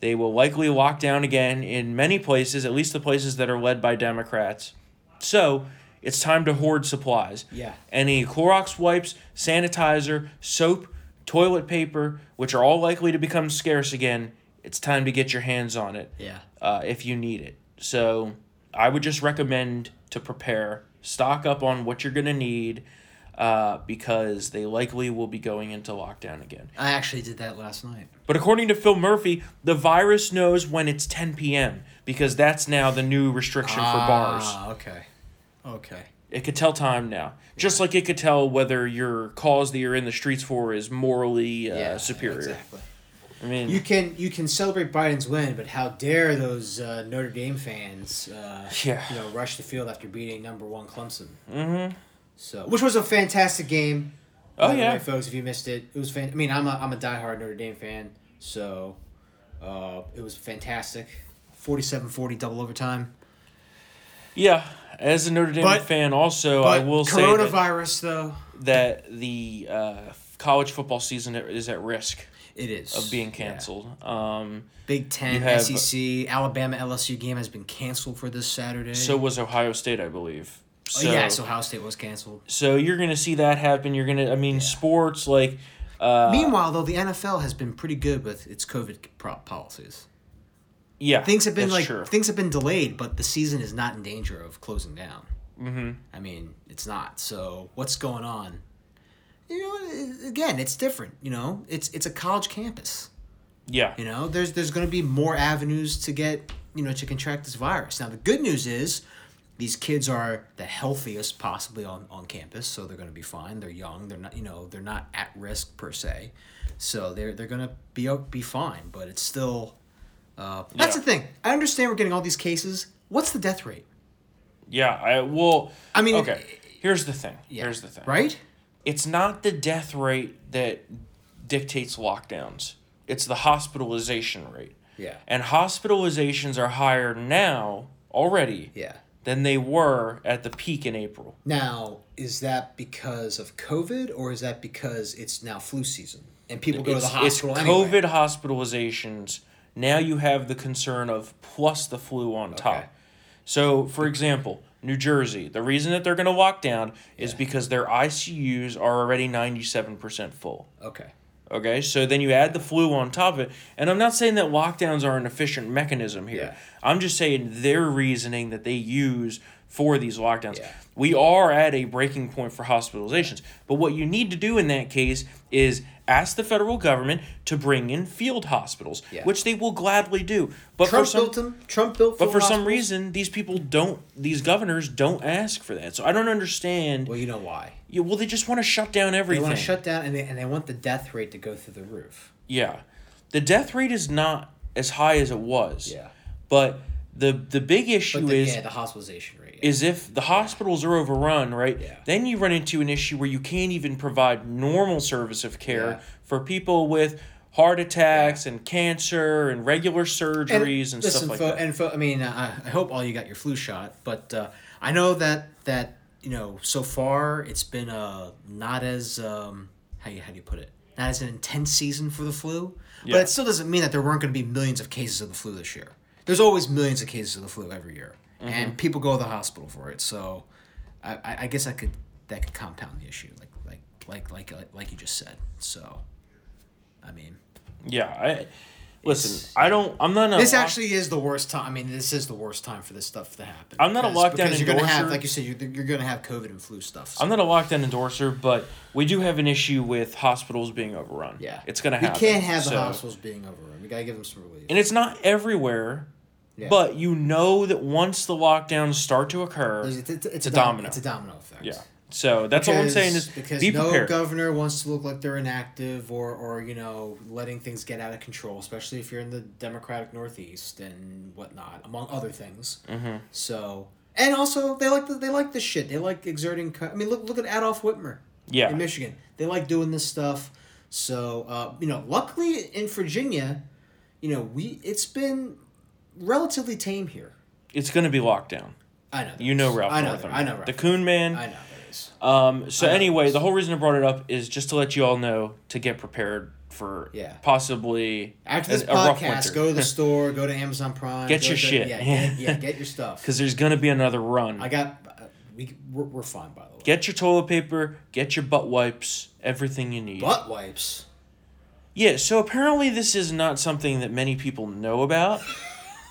Speaker 1: they will likely lock down again in many places, at least the places that are led by Democrats. So it's time to hoard supplies.
Speaker 2: Yeah.
Speaker 1: Any Clorox wipes, sanitizer, soap, toilet paper, which are all likely to become scarce again, it's time to get your hands on it
Speaker 2: Yeah.
Speaker 1: uh, if you need it. So I would just recommend to prepare, stock up on what you're going to need uh, because they likely will be going into lockdown again.
Speaker 2: I actually did that last night.
Speaker 1: But according to Phil Murphy, the virus knows when it's 10 p.m. because that's now the new restriction for bars.
Speaker 2: Ah, okay. Okay.
Speaker 1: It could tell time now, just like it could tell whether your cause that you're in the streets for is morally uh, superior.
Speaker 2: Exactly.
Speaker 1: I mean,
Speaker 2: You can you can celebrate Biden's win, but how dare those uh, Notre Dame fans, uh,
Speaker 1: Yeah.
Speaker 2: you know, rush the field after beating number one Clemson? Mm-hmm. So, which was a fantastic game.
Speaker 1: Oh,
Speaker 2: by the
Speaker 1: yeah.
Speaker 2: way, folks, if you missed it, it was. Fan- I mean, I'm a I'm a diehard Notre Dame fan, so uh, it was fantastic. 47-40 double overtime.
Speaker 1: Yeah, as a Notre Dame
Speaker 2: But-
Speaker 1: fan, also I
Speaker 2: But
Speaker 1: will say that,
Speaker 2: coronavirus though.
Speaker 1: that the uh, college football season is at risk
Speaker 2: It is
Speaker 1: of being
Speaker 2: Yeah.
Speaker 1: canceled. Um,
Speaker 2: Big Ten,
Speaker 1: have-
Speaker 2: SEC, Alabama, LSU game has been canceled for this Saturday.
Speaker 1: so was Ohio State, I believe.
Speaker 2: Oh,
Speaker 1: So,
Speaker 2: yeah, so Ohio State was canceled.
Speaker 1: so you're gonna see that happen. You're gonna, I mean, sports like Uh,
Speaker 2: Meanwhile, though, the NFL has been pretty good with its COVID pro- policies.
Speaker 1: yeah,
Speaker 2: Things have been
Speaker 1: that's
Speaker 2: like
Speaker 1: true.
Speaker 2: things have been delayed, but the season is not in danger of closing down. Mm-hmm. I mean, it's not. So what's going on? You know, i- again, it's different. You know, it's it's a college campus.
Speaker 1: yeah,
Speaker 2: You know, there's there's going to be more avenues to get you know to contract this virus. Now, the good news is these kids are the healthiest possibly on, on campus, so they're going to be fine. They're young. They're not you know they're not at risk per se, so they're they're going to be o- be fine. But it's still uh, that's
Speaker 1: Yeah.
Speaker 2: the thing. I understand we're getting all these cases. What's the death rate?
Speaker 1: yeah. I will.
Speaker 2: I mean,
Speaker 1: okay. Here's the thing. Here's the thing.
Speaker 2: Right?
Speaker 1: It's not the death rate that dictates lockdowns. It's the hospitalization rate.
Speaker 2: Yeah.
Speaker 1: And hospitalizations are higher now already
Speaker 2: Yeah.
Speaker 1: than they were at the peak in April.
Speaker 2: Now, is that because of COVID or is that because it's now flu season and people go to the
Speaker 1: It's- it's
Speaker 2: hospital?
Speaker 1: COVID
Speaker 2: anyway?
Speaker 1: hospitalizations. Now you have the concern of plus the flu on top.
Speaker 2: Okay.
Speaker 1: So, for example, New Jersey, the reason that they're going to lock down is because their ICUs are already 97% full.
Speaker 2: Okay.
Speaker 1: Okay, so then you add the flu on top of it. And I'm not saying that lockdowns are an efficient mechanism here.
Speaker 2: Yeah.
Speaker 1: I'm just saying their reasoning that they use for these lockdowns.
Speaker 2: Yeah.
Speaker 1: We are at a breaking point for hospitalizations. But what you need to do in that case is ask the federal government to bring in field hospitals,
Speaker 2: Yeah.
Speaker 1: which they will gladly do. But
Speaker 2: Trump
Speaker 1: for some
Speaker 2: built them. Trump built.
Speaker 1: but
Speaker 2: full
Speaker 1: for some
Speaker 2: hospitals.
Speaker 1: reason these people don't these governors don't ask for that. So I don't understand.
Speaker 2: well,
Speaker 1: Well,
Speaker 2: you know why?
Speaker 1: yeah, well they just want to shut down
Speaker 2: They
Speaker 1: everything.
Speaker 2: want to shut down, and they, and they want the death rate to go through the roof.
Speaker 1: Yeah. The death rate is not as high as it was.
Speaker 2: Yeah.
Speaker 1: But the the big
Speaker 2: But
Speaker 1: issue
Speaker 2: the,
Speaker 1: is
Speaker 2: yeah, the hospitalization rate.
Speaker 1: is if the hospitals are overrun, right?
Speaker 2: Yeah.
Speaker 1: Then you run into an issue where you can't even provide normal service of care
Speaker 2: Yeah.
Speaker 1: for people with heart attacks and cancer and regular surgeries and, stuff like
Speaker 2: fo-
Speaker 1: that.
Speaker 2: And fo- I mean, uh, I I hope all you got your flu shot, but uh, I know that that you know so far it's been uh, not as um, how you how do you put it not as an intense season for the flu,
Speaker 1: Yeah.
Speaker 2: but it still doesn't mean that there weren't going to be millions of cases of the flu this year. There's always millions of cases of the flu every year,
Speaker 1: Mm-hmm.
Speaker 2: and people go to the hospital for it. So, I, I, I guess I could that could compound the issue, like like like like like, like you just said. So, I mean.
Speaker 1: yeah. I, listen,
Speaker 2: It's-
Speaker 1: I don't I'm not a
Speaker 2: This
Speaker 1: lock-
Speaker 2: actually is the worst time. I mean, this is the worst time for this stuff to happen.
Speaker 1: I'm not a
Speaker 2: Because-
Speaker 1: lockdown
Speaker 2: because you're gonna have,
Speaker 1: endorser.
Speaker 2: like you said, you're, you're gonna have COVID and flu stuff. So.
Speaker 1: I'm not a lockdown endorser, but we do have an issue with hospitals being overrun.
Speaker 2: yeah,
Speaker 1: It's gonna happen.
Speaker 2: We can't have the
Speaker 1: So-
Speaker 2: hospitals being overrun. We gotta give them some relief.
Speaker 1: and it's not everywhere,
Speaker 2: Yeah.
Speaker 1: but you know that once the lockdowns start to occur,
Speaker 2: It's, it's- it's
Speaker 1: a
Speaker 2: a
Speaker 1: domino.
Speaker 2: domino. It's a domino effect.
Speaker 1: yeah. So that's all I'm saying is
Speaker 2: because
Speaker 1: be
Speaker 2: no
Speaker 1: prepared.
Speaker 2: governor wants to look like they're inactive or or you know letting things get out of control, especially if you're in the Democratic Northeast and whatnot, among other things. Mm-hmm. So and also they like the, they like this shit. They like exerting. co- I mean, look look at Adolf Whitmer.
Speaker 1: Yeah.
Speaker 2: In Michigan, they like doing this stuff. So uh, you know, luckily in Virginia, you know we it's been relatively tame here.
Speaker 1: it's going to be lockdown.
Speaker 2: I know. there
Speaker 1: You know
Speaker 2: is.
Speaker 1: Ralph.
Speaker 2: I know.
Speaker 1: Northam.
Speaker 2: there- I know. Ralph.
Speaker 1: The Coon
Speaker 2: I
Speaker 1: Man.
Speaker 2: know. There is.
Speaker 1: Um, so
Speaker 2: I know
Speaker 1: anyway,
Speaker 2: this.
Speaker 1: the whole reason I brought it up is just to let you all know to get prepared for
Speaker 2: Yeah.
Speaker 1: possibly
Speaker 2: After this podcast, go to the store, go to Amazon Prime,
Speaker 1: Get
Speaker 2: go
Speaker 1: your
Speaker 2: to-
Speaker 1: shit.
Speaker 2: Yeah, get, yeah, get your stuff.
Speaker 1: because there's going to be another run.
Speaker 2: I got uh, we we're, we're fine by the way.
Speaker 1: get your toilet paper, get your butt wipes, everything you need.
Speaker 2: butt wipes.
Speaker 1: Yeah, so apparently this is not something that many people know about.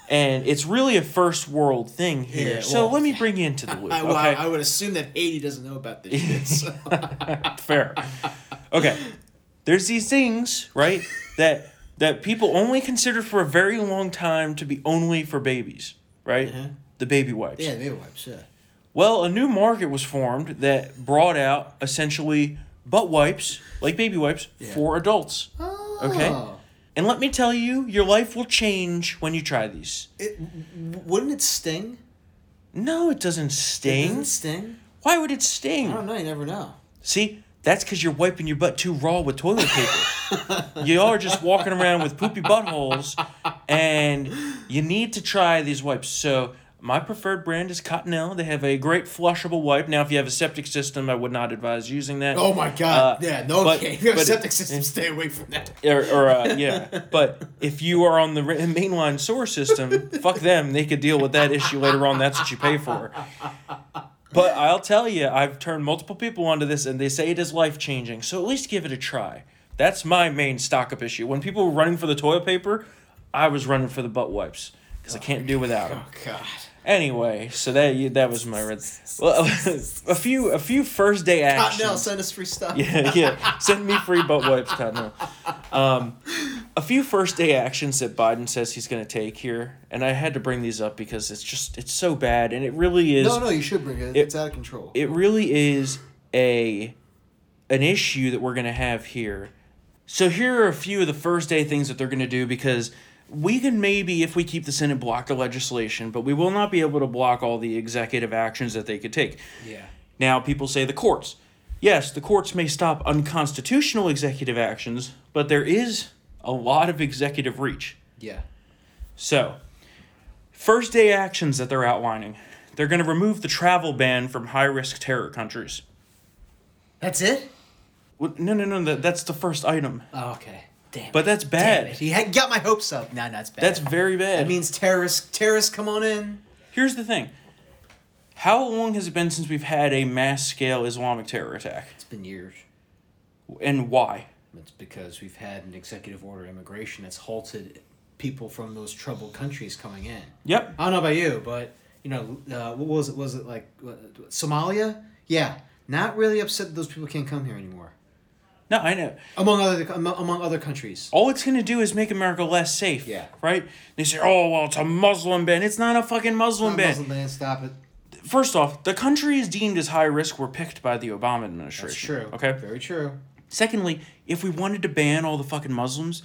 Speaker 1: And it's really a first world thing here.
Speaker 2: Yeah,
Speaker 1: so
Speaker 2: well-
Speaker 1: let me bring you into the loop.
Speaker 2: I,
Speaker 1: Okay,
Speaker 2: well, I- I would assume that Haiti doesn't know about this shit. So.
Speaker 1: fair. Okay, there's these things right that that people only consider for a very long time to be only for babies, right? The baby wipes.
Speaker 2: Uh-huh. yeah, baby wipes. Yeah.
Speaker 1: Well, a new market was formed that brought out essentially butt wipes, like baby wipes, for adults.
Speaker 2: Oh.
Speaker 1: Okay. And let me tell you, your life will change when you try these.
Speaker 2: It, w- wouldn't it sting?
Speaker 1: No, it doesn't
Speaker 2: It
Speaker 1: sting.
Speaker 2: doesn't sting.
Speaker 1: Why would it sting?
Speaker 2: I don't know. You never know.
Speaker 1: See, that's because you're wiping your butt too raw with toilet paper. you are just walking around with poopy buttholes, and you need to try these wipes. So, my preferred brand is Cottonelle. They have a great flushable wipe. Now, if you have a septic system, I would not advise using that.
Speaker 2: Oh my god.
Speaker 1: Uh,
Speaker 2: yeah. No.
Speaker 1: but-
Speaker 2: okay. If you have a
Speaker 1: but-
Speaker 2: septic system, stay away from that.
Speaker 1: or, or uh, yeah. But if you are on the re- mainline sewer system, fuck them. They could deal with that issue later on. That's what you pay for. But I'll tell you, I've turned multiple people onto this, and they say it is life changing. So at least give it a try. That's my main stock up issue. When people were running for the toilet paper, I was running for the butt wipes because I can't do without them.
Speaker 2: Oh god.
Speaker 1: Anyway, so that that was my red. Well, a few a few first day actions
Speaker 2: Cottonelle, send us free stuff.
Speaker 1: yeah, yeah. Send me free butt wipes, Todd. No. Um, a few first day actions that Biden says he's going to take here, and I had to bring these up because it's just it's so bad, and it really is
Speaker 2: No, no, you should bring it. It's out of control.
Speaker 1: it really is a an issue that we're going to have here. So here are a few of the first day things that they're going to do because we can maybe if we keep the Senate block the legislation, but we will not be able to block all the executive actions that they could take.
Speaker 2: yeah.
Speaker 1: Now, people say the courts. Yes, the courts may stop unconstitutional executive actions, but there is a lot of executive reach.
Speaker 2: Yeah.
Speaker 1: So, first day actions that they're outlining they're going to remove the travel ban from high risk terror countries.
Speaker 2: That's it.
Speaker 1: What- No, no, no, that, that's the first item.
Speaker 2: Oh, okay. Damn.
Speaker 1: But that's
Speaker 2: Damn
Speaker 1: bad.
Speaker 2: it. He had got my hopes up. Nah, nah, it's bad.
Speaker 1: That's very bad.
Speaker 2: that means terrorists. Terrorists, come on in.
Speaker 1: here's the thing how long has it been since we've had a mass scale Islamic terror attack?
Speaker 2: It's been years.
Speaker 1: And why?
Speaker 2: It's because we've had an executive order on immigration that's halted people from those troubled countries coming in.
Speaker 1: Yep.
Speaker 2: I don't know about you, but you know, uh, what was it? Was it like uh, Somalia? Yeah, not really upset that those people can't come here anymore.
Speaker 1: No, I know.
Speaker 2: Among other among, among other countries.
Speaker 1: all it's going to do is make America less safe.
Speaker 2: Yeah.
Speaker 1: Right? They say, oh, well, it's a Muslim ban. It's not a fucking Muslim
Speaker 2: Not
Speaker 1: ban.
Speaker 2: Muslim ban, stop it.
Speaker 1: First off, the countries deemed as high risk were picked by the Obama administration.
Speaker 2: That's true.
Speaker 1: Okay?
Speaker 2: Very true.
Speaker 1: Secondly, if we wanted to ban all the fucking Muslims,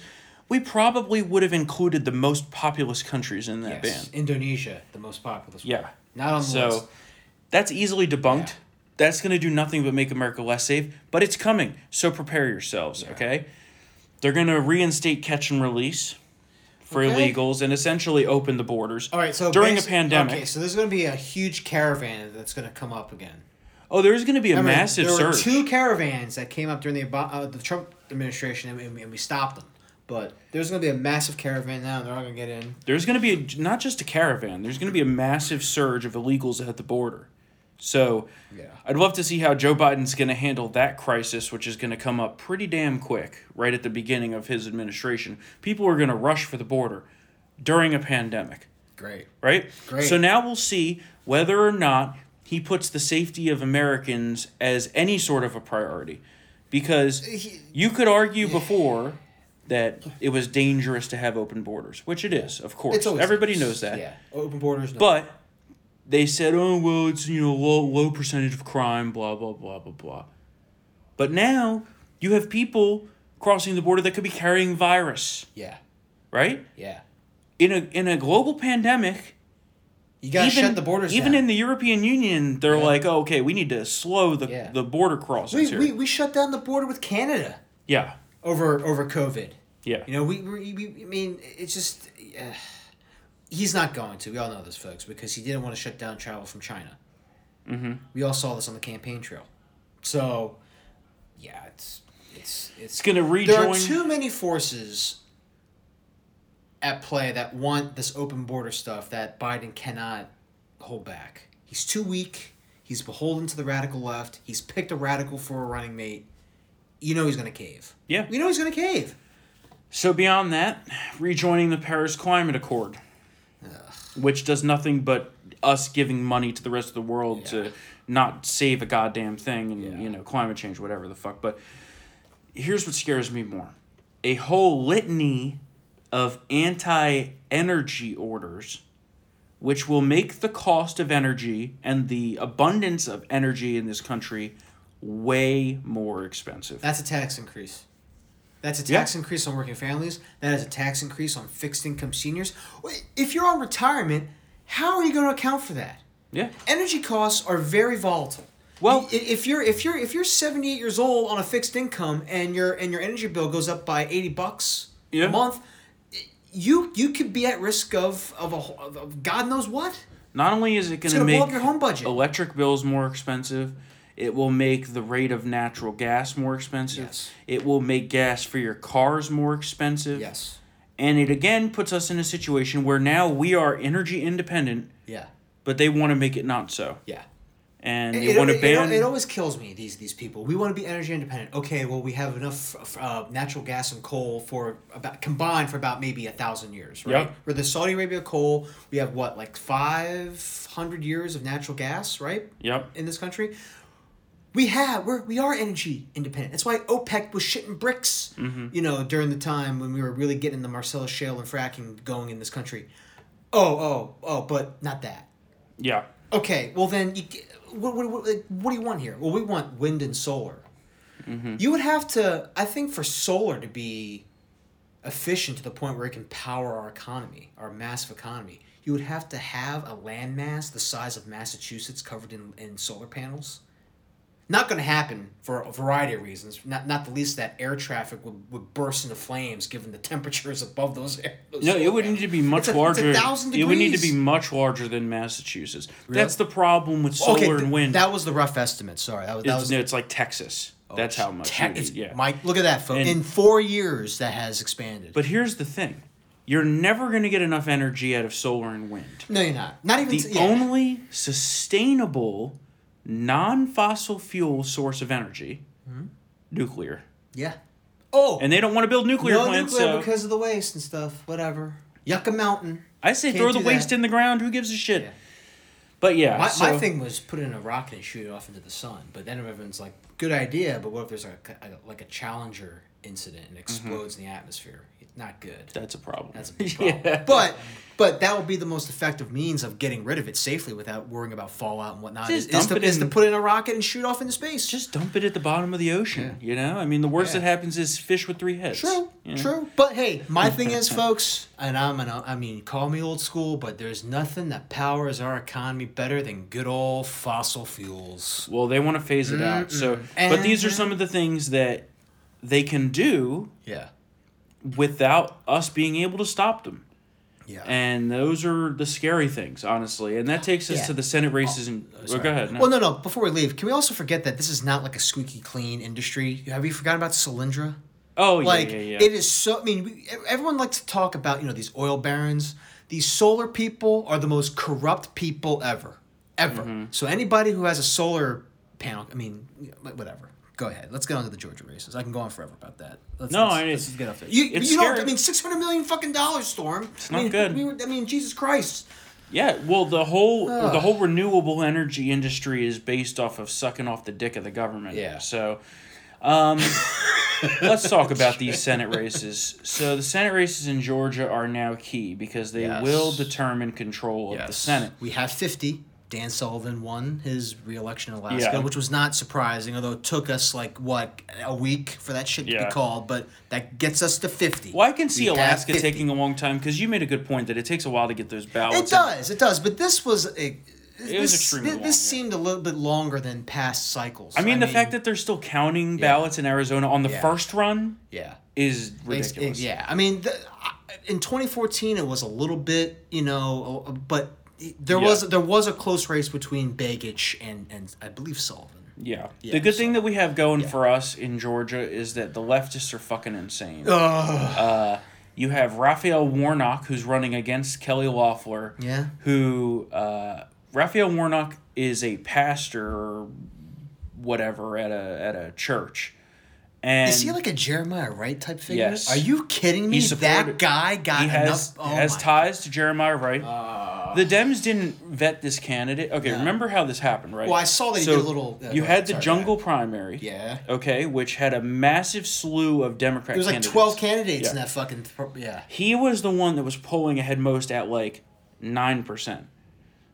Speaker 1: we probably would have included the most populous countries in that
Speaker 2: Yes.
Speaker 1: ban.
Speaker 2: Indonesia, the most populous. one.
Speaker 1: Yeah.
Speaker 2: Not on the
Speaker 1: So
Speaker 2: list.
Speaker 1: that's easily debunked.
Speaker 2: Yeah.
Speaker 1: That's going to do nothing but make America less safe, but it's coming. So prepare yourselves, okay? They're going to reinstate catch and release for
Speaker 2: Okay.
Speaker 1: illegals and essentially open the borders.
Speaker 2: All right. So
Speaker 1: during
Speaker 2: basi-
Speaker 1: a pandemic.
Speaker 2: Okay, so there's going to be a huge caravan that's going to come up again.
Speaker 1: Oh, there's going to be a
Speaker 2: Remember,
Speaker 1: massive
Speaker 2: there
Speaker 1: surge.
Speaker 2: were two caravans that came up during the Obama- uh, the Trump administration, and, and, and we stopped them. But there's going to be a massive caravan now, and they're all going to get in.
Speaker 1: There's going to be a, not just a caravan. There's going to be a massive surge of illegals at the border. So,
Speaker 2: Yeah.
Speaker 1: I'd love to see how Joe Biden's going to handle that crisis, which is going to come up pretty damn quick, right at the beginning of his administration. People are going to rush for the border during a pandemic.
Speaker 2: Great.
Speaker 1: right?
Speaker 2: Great.
Speaker 1: So now we'll see whether or not he puts the safety of Americans as any sort of a priority. Because you could argue before that it was dangerous to have open borders, which it is, of course.
Speaker 2: It's always
Speaker 1: Everybody knows that.
Speaker 2: Yeah. Open borders. No.
Speaker 1: But they said, oh, well, it's, you know, low, low percentage of crime, blah, blah, blah, blah, blah. But now you have people crossing the border that could be carrying virus,
Speaker 2: yeah,
Speaker 1: right?
Speaker 2: yeah.
Speaker 1: In a, in a global pandemic,
Speaker 2: You got to shut the borders.
Speaker 1: even
Speaker 2: down.
Speaker 1: in the European Union, they're
Speaker 2: Yeah.
Speaker 1: like, oh, okay, we need to slow the,
Speaker 2: Yeah.
Speaker 1: the border crossings
Speaker 2: we,
Speaker 1: here.
Speaker 2: we, we shut down the border with Canada
Speaker 1: yeah,
Speaker 2: over over COVID.
Speaker 1: yeah.
Speaker 2: You know, we, we, we I mean, it's just uh, he's not going to. We all know this, folks, because he didn't want to shut down travel from China. Mm-hmm. We all saw this on the campaign trail. So, yeah, it's it's it's,
Speaker 1: it's gonna
Speaker 2: there are
Speaker 1: rejoin.
Speaker 2: too many forces at play that want this open border stuff that Biden cannot hold back. He's too weak. He's beholden to the radical left. He's picked a radical for a running mate. You know he's gonna cave.
Speaker 1: Yeah.
Speaker 2: You know he's gonna cave.
Speaker 1: so beyond that, rejoining the Paris Climate Accord, which does nothing but us giving money to the rest of the world
Speaker 2: Yeah.
Speaker 1: to not save a goddamn thing and
Speaker 2: Yeah.
Speaker 1: you know climate change, whatever the fuck. But here's what scares me more: a whole litany of anti-energy orders. which will make the cost of energy and the abundance of energy in this country way more expensive.
Speaker 2: That's a tax increase. That's a
Speaker 1: Yeah.
Speaker 2: tax increase on working families. That is a tax increase on fixed income seniors. Wait, If you're on retirement, how are you going to account for that?
Speaker 1: Yeah.
Speaker 2: Energy costs are very volatile. Well, if you're if you're if you're 78 years old on a fixed income and your and your energy bill goes up by 80 bucks
Speaker 5: Yeah.
Speaker 2: a month, you you could be at risk of of a wh- of, of God knows what.
Speaker 1: Not only is it going
Speaker 2: It's
Speaker 1: to
Speaker 2: gonna blow up
Speaker 1: make
Speaker 2: your home budget.
Speaker 1: electric bills more expensive, it will make the rate of natural gas more expensive.
Speaker 2: Yes.
Speaker 1: It will make gas for your cars more expensive.
Speaker 2: Yes.
Speaker 1: And it again puts us in a situation where now we are energy independent,
Speaker 2: Yeah.
Speaker 1: but they want to make it not so.
Speaker 2: Yeah.
Speaker 1: And
Speaker 2: It,
Speaker 1: they want to
Speaker 2: it- it-
Speaker 1: ban.
Speaker 2: it always kills me these these people. We want to be energy independent. Okay, well we have enough f- uh, natural gas and coal for about combined for about maybe a thousand years, right?
Speaker 5: Yep.
Speaker 2: For the Saudi Arabia coal, we have what like five hundred years of natural gas, right?
Speaker 1: Yep.
Speaker 2: In this country, we have we're, we are energy independent. That's why OPEC was shitting bricks, you know, during the time when we were really getting the Marcellus Shale and fracking going in this country. Oh, oh, oh, but not that.
Speaker 1: yeah.
Speaker 2: Okay, well then, you, g- what, what, what, like, what do you want here? Well, we want wind and solar.
Speaker 1: Mm-hmm.
Speaker 2: You would have to, I think, for solar to be efficient to the point where it can power our economy, our massive economy, you would have to have a landmass the size of Massachusetts covered in, in solar panels. Not going to happen for a variety of reasons. Not not the least that air traffic would, would burst into flames given the temperatures above those air. those
Speaker 1: No,
Speaker 2: solar
Speaker 1: it would
Speaker 2: panels.
Speaker 1: need to be much
Speaker 2: It's a- it's a
Speaker 1: larger.
Speaker 2: thousand
Speaker 1: It would need to
Speaker 2: degrees.
Speaker 1: be much larger than Massachusetts. That's the problem with solar
Speaker 2: okay, th-
Speaker 1: and wind.
Speaker 2: That was the rough estimate. Sorry, that was, that
Speaker 1: it's,
Speaker 2: was
Speaker 1: no, it's like Texas. That's how much.
Speaker 2: Tech-
Speaker 1: you
Speaker 2: it's-
Speaker 1: need, yeah.
Speaker 2: Mike, look at that, folks.
Speaker 1: And-
Speaker 2: in four years, that has expanded.
Speaker 1: But here's the thing you're never going to get enough energy out of solar and wind.
Speaker 2: no, you're not. Not even
Speaker 1: The
Speaker 2: t- yeah.
Speaker 1: only sustainable non fossil fuel source of energy,
Speaker 2: Mm-hmm.
Speaker 1: nuclear.
Speaker 2: Yeah. Oh,
Speaker 1: And they don't want to build nuclear
Speaker 2: no
Speaker 1: plants. uh,
Speaker 2: nuclear
Speaker 1: so
Speaker 2: because of the waste and stuff. Whatever. Yucca Mountain.
Speaker 1: I say
Speaker 2: Can't
Speaker 1: throw the
Speaker 2: do
Speaker 1: waste
Speaker 2: that.
Speaker 1: in the ground. Who gives a shit?
Speaker 2: Yeah.
Speaker 1: But yeah.
Speaker 2: My, my
Speaker 1: Uh, so-
Speaker 2: thing was put in a rocket and shoot it off into the sun. But then everyone's like, good idea. But what if there's like a, like a Challenger incident and
Speaker 1: Mm-hmm.
Speaker 2: explodes in the atmosphere? It's not good.
Speaker 1: That's a problem.
Speaker 2: That's a big problem. But but that will be the most effective means of getting rid of it safely without worrying about fallout and whatnot.
Speaker 1: Just
Speaker 2: is, is to,
Speaker 1: dump it
Speaker 2: is to
Speaker 1: in-
Speaker 2: put in a rocket and shoot off into space.
Speaker 1: just dump it at the bottom of the ocean. You know, I mean, the worst
Speaker 2: Yeah.
Speaker 1: that happens is fish with three heads.
Speaker 2: True,
Speaker 1: you know?
Speaker 2: true. But hey, my thing is, folks, and I'm an, I mean, call me old school, but there's nothing that powers our economy better than good old fossil fuels.
Speaker 1: Well, they want to phase it out. So, but these are
Speaker 2: Mhm.
Speaker 1: some of the things that they can do
Speaker 2: Yeah,
Speaker 1: without us being able to stop them.
Speaker 2: yeah.
Speaker 1: And those are the scary things, honestly. And that takes us
Speaker 2: Yeah.
Speaker 1: to the Senate races. And well,
Speaker 2: Oh, Sorry.
Speaker 1: go ahead. no.
Speaker 2: Well, no, no. Before we leave, can we also forget that this is not like a squeaky clean industry? Have you forgotten about Solyndra?
Speaker 1: oh, yeah,
Speaker 2: like
Speaker 1: yeah, yeah.
Speaker 2: it is so. I mean, we, everyone likes to talk about you know these oil barons. These solar people are the most corrupt people ever, ever.
Speaker 1: Mm-hmm.
Speaker 2: So anybody who has a solar panel, I mean, wh- whatever. Go ahead. Let's get on to the Georgia races. I can go on forever about that. Let's,
Speaker 1: No,
Speaker 2: let's,
Speaker 1: I mean,
Speaker 2: let's just get off there.
Speaker 1: it's
Speaker 2: You, you don't. I
Speaker 1: scary.
Speaker 2: mean, six hundred million fucking dollars, Storm. It's
Speaker 1: not good.
Speaker 2: We were, I mean, Jesus Christ.
Speaker 1: yeah. Well, the whole the whole renewable energy industry is based off of sucking off the dick of the government.
Speaker 2: Yeah.
Speaker 1: So, um, let's talk about these Senate races. So the Senate races in Georgia are now key because they
Speaker 2: Yes.
Speaker 1: will determine control of the Senate.
Speaker 2: We have 50. Dan Sullivan won his reelection in Alaska,
Speaker 1: Yeah.
Speaker 2: which was not surprising, although it took us like what a week for that shit to
Speaker 1: Yeah.
Speaker 2: be called. But that gets us to 50.
Speaker 1: Well, I can see
Speaker 2: We have
Speaker 1: Alaska
Speaker 2: 50.
Speaker 1: taking a long time because you made a good point that it takes a while to get those
Speaker 2: It
Speaker 1: ballots. in.
Speaker 2: does, it does. But this was a. It
Speaker 1: was
Speaker 2: this,
Speaker 1: extremely
Speaker 2: thi- This
Speaker 1: long, yeah.
Speaker 2: seemed a little bit longer than past cycles.
Speaker 1: I mean, the fact that they're still counting ballots in Arizona on the
Speaker 2: Yeah.
Speaker 1: first run
Speaker 2: yeah,
Speaker 1: is
Speaker 2: It's- it-
Speaker 1: ridiculous.
Speaker 2: yeah. I mean, the, I- in 2014, it was a little bit, you know, a- but there
Speaker 1: Yeah.
Speaker 2: was there was a close race between Bagich and and I believe Sullivan.
Speaker 1: Yeah.
Speaker 2: Yeah,
Speaker 1: The good
Speaker 2: so-
Speaker 1: thing that we have going for us in Georgia is that the leftists are fucking insane. Uh, you have Raphael Warnock, who's running against Kelly Loeffler.
Speaker 2: Yeah.
Speaker 1: Who, uh, Raphael Warnock is a pastor or whatever at a, at a church. And
Speaker 2: Is he like a Jeremiah Wright type figure?
Speaker 1: Yes.
Speaker 2: Are you kidding me?
Speaker 1: He supported-
Speaker 2: that guy got
Speaker 1: he has
Speaker 2: enough. Oh
Speaker 1: has
Speaker 2: my- Uh.
Speaker 1: ties to Jeremiah Wright. the Dems didn't vet this candidate. Okay, remember how this happened, right?
Speaker 2: Well, I saw that he
Speaker 1: So
Speaker 2: did a little- uh,
Speaker 1: you had the
Speaker 2: sorry,
Speaker 1: jungle primary.
Speaker 2: Yeah.
Speaker 1: Okay, which had a massive slew of Democrat.
Speaker 2: There was like
Speaker 1: candidates.
Speaker 2: twelve candidates in
Speaker 1: Yeah.
Speaker 2: that fucking. th- yeah.
Speaker 1: He was the one that was polling ahead most at like nine percent.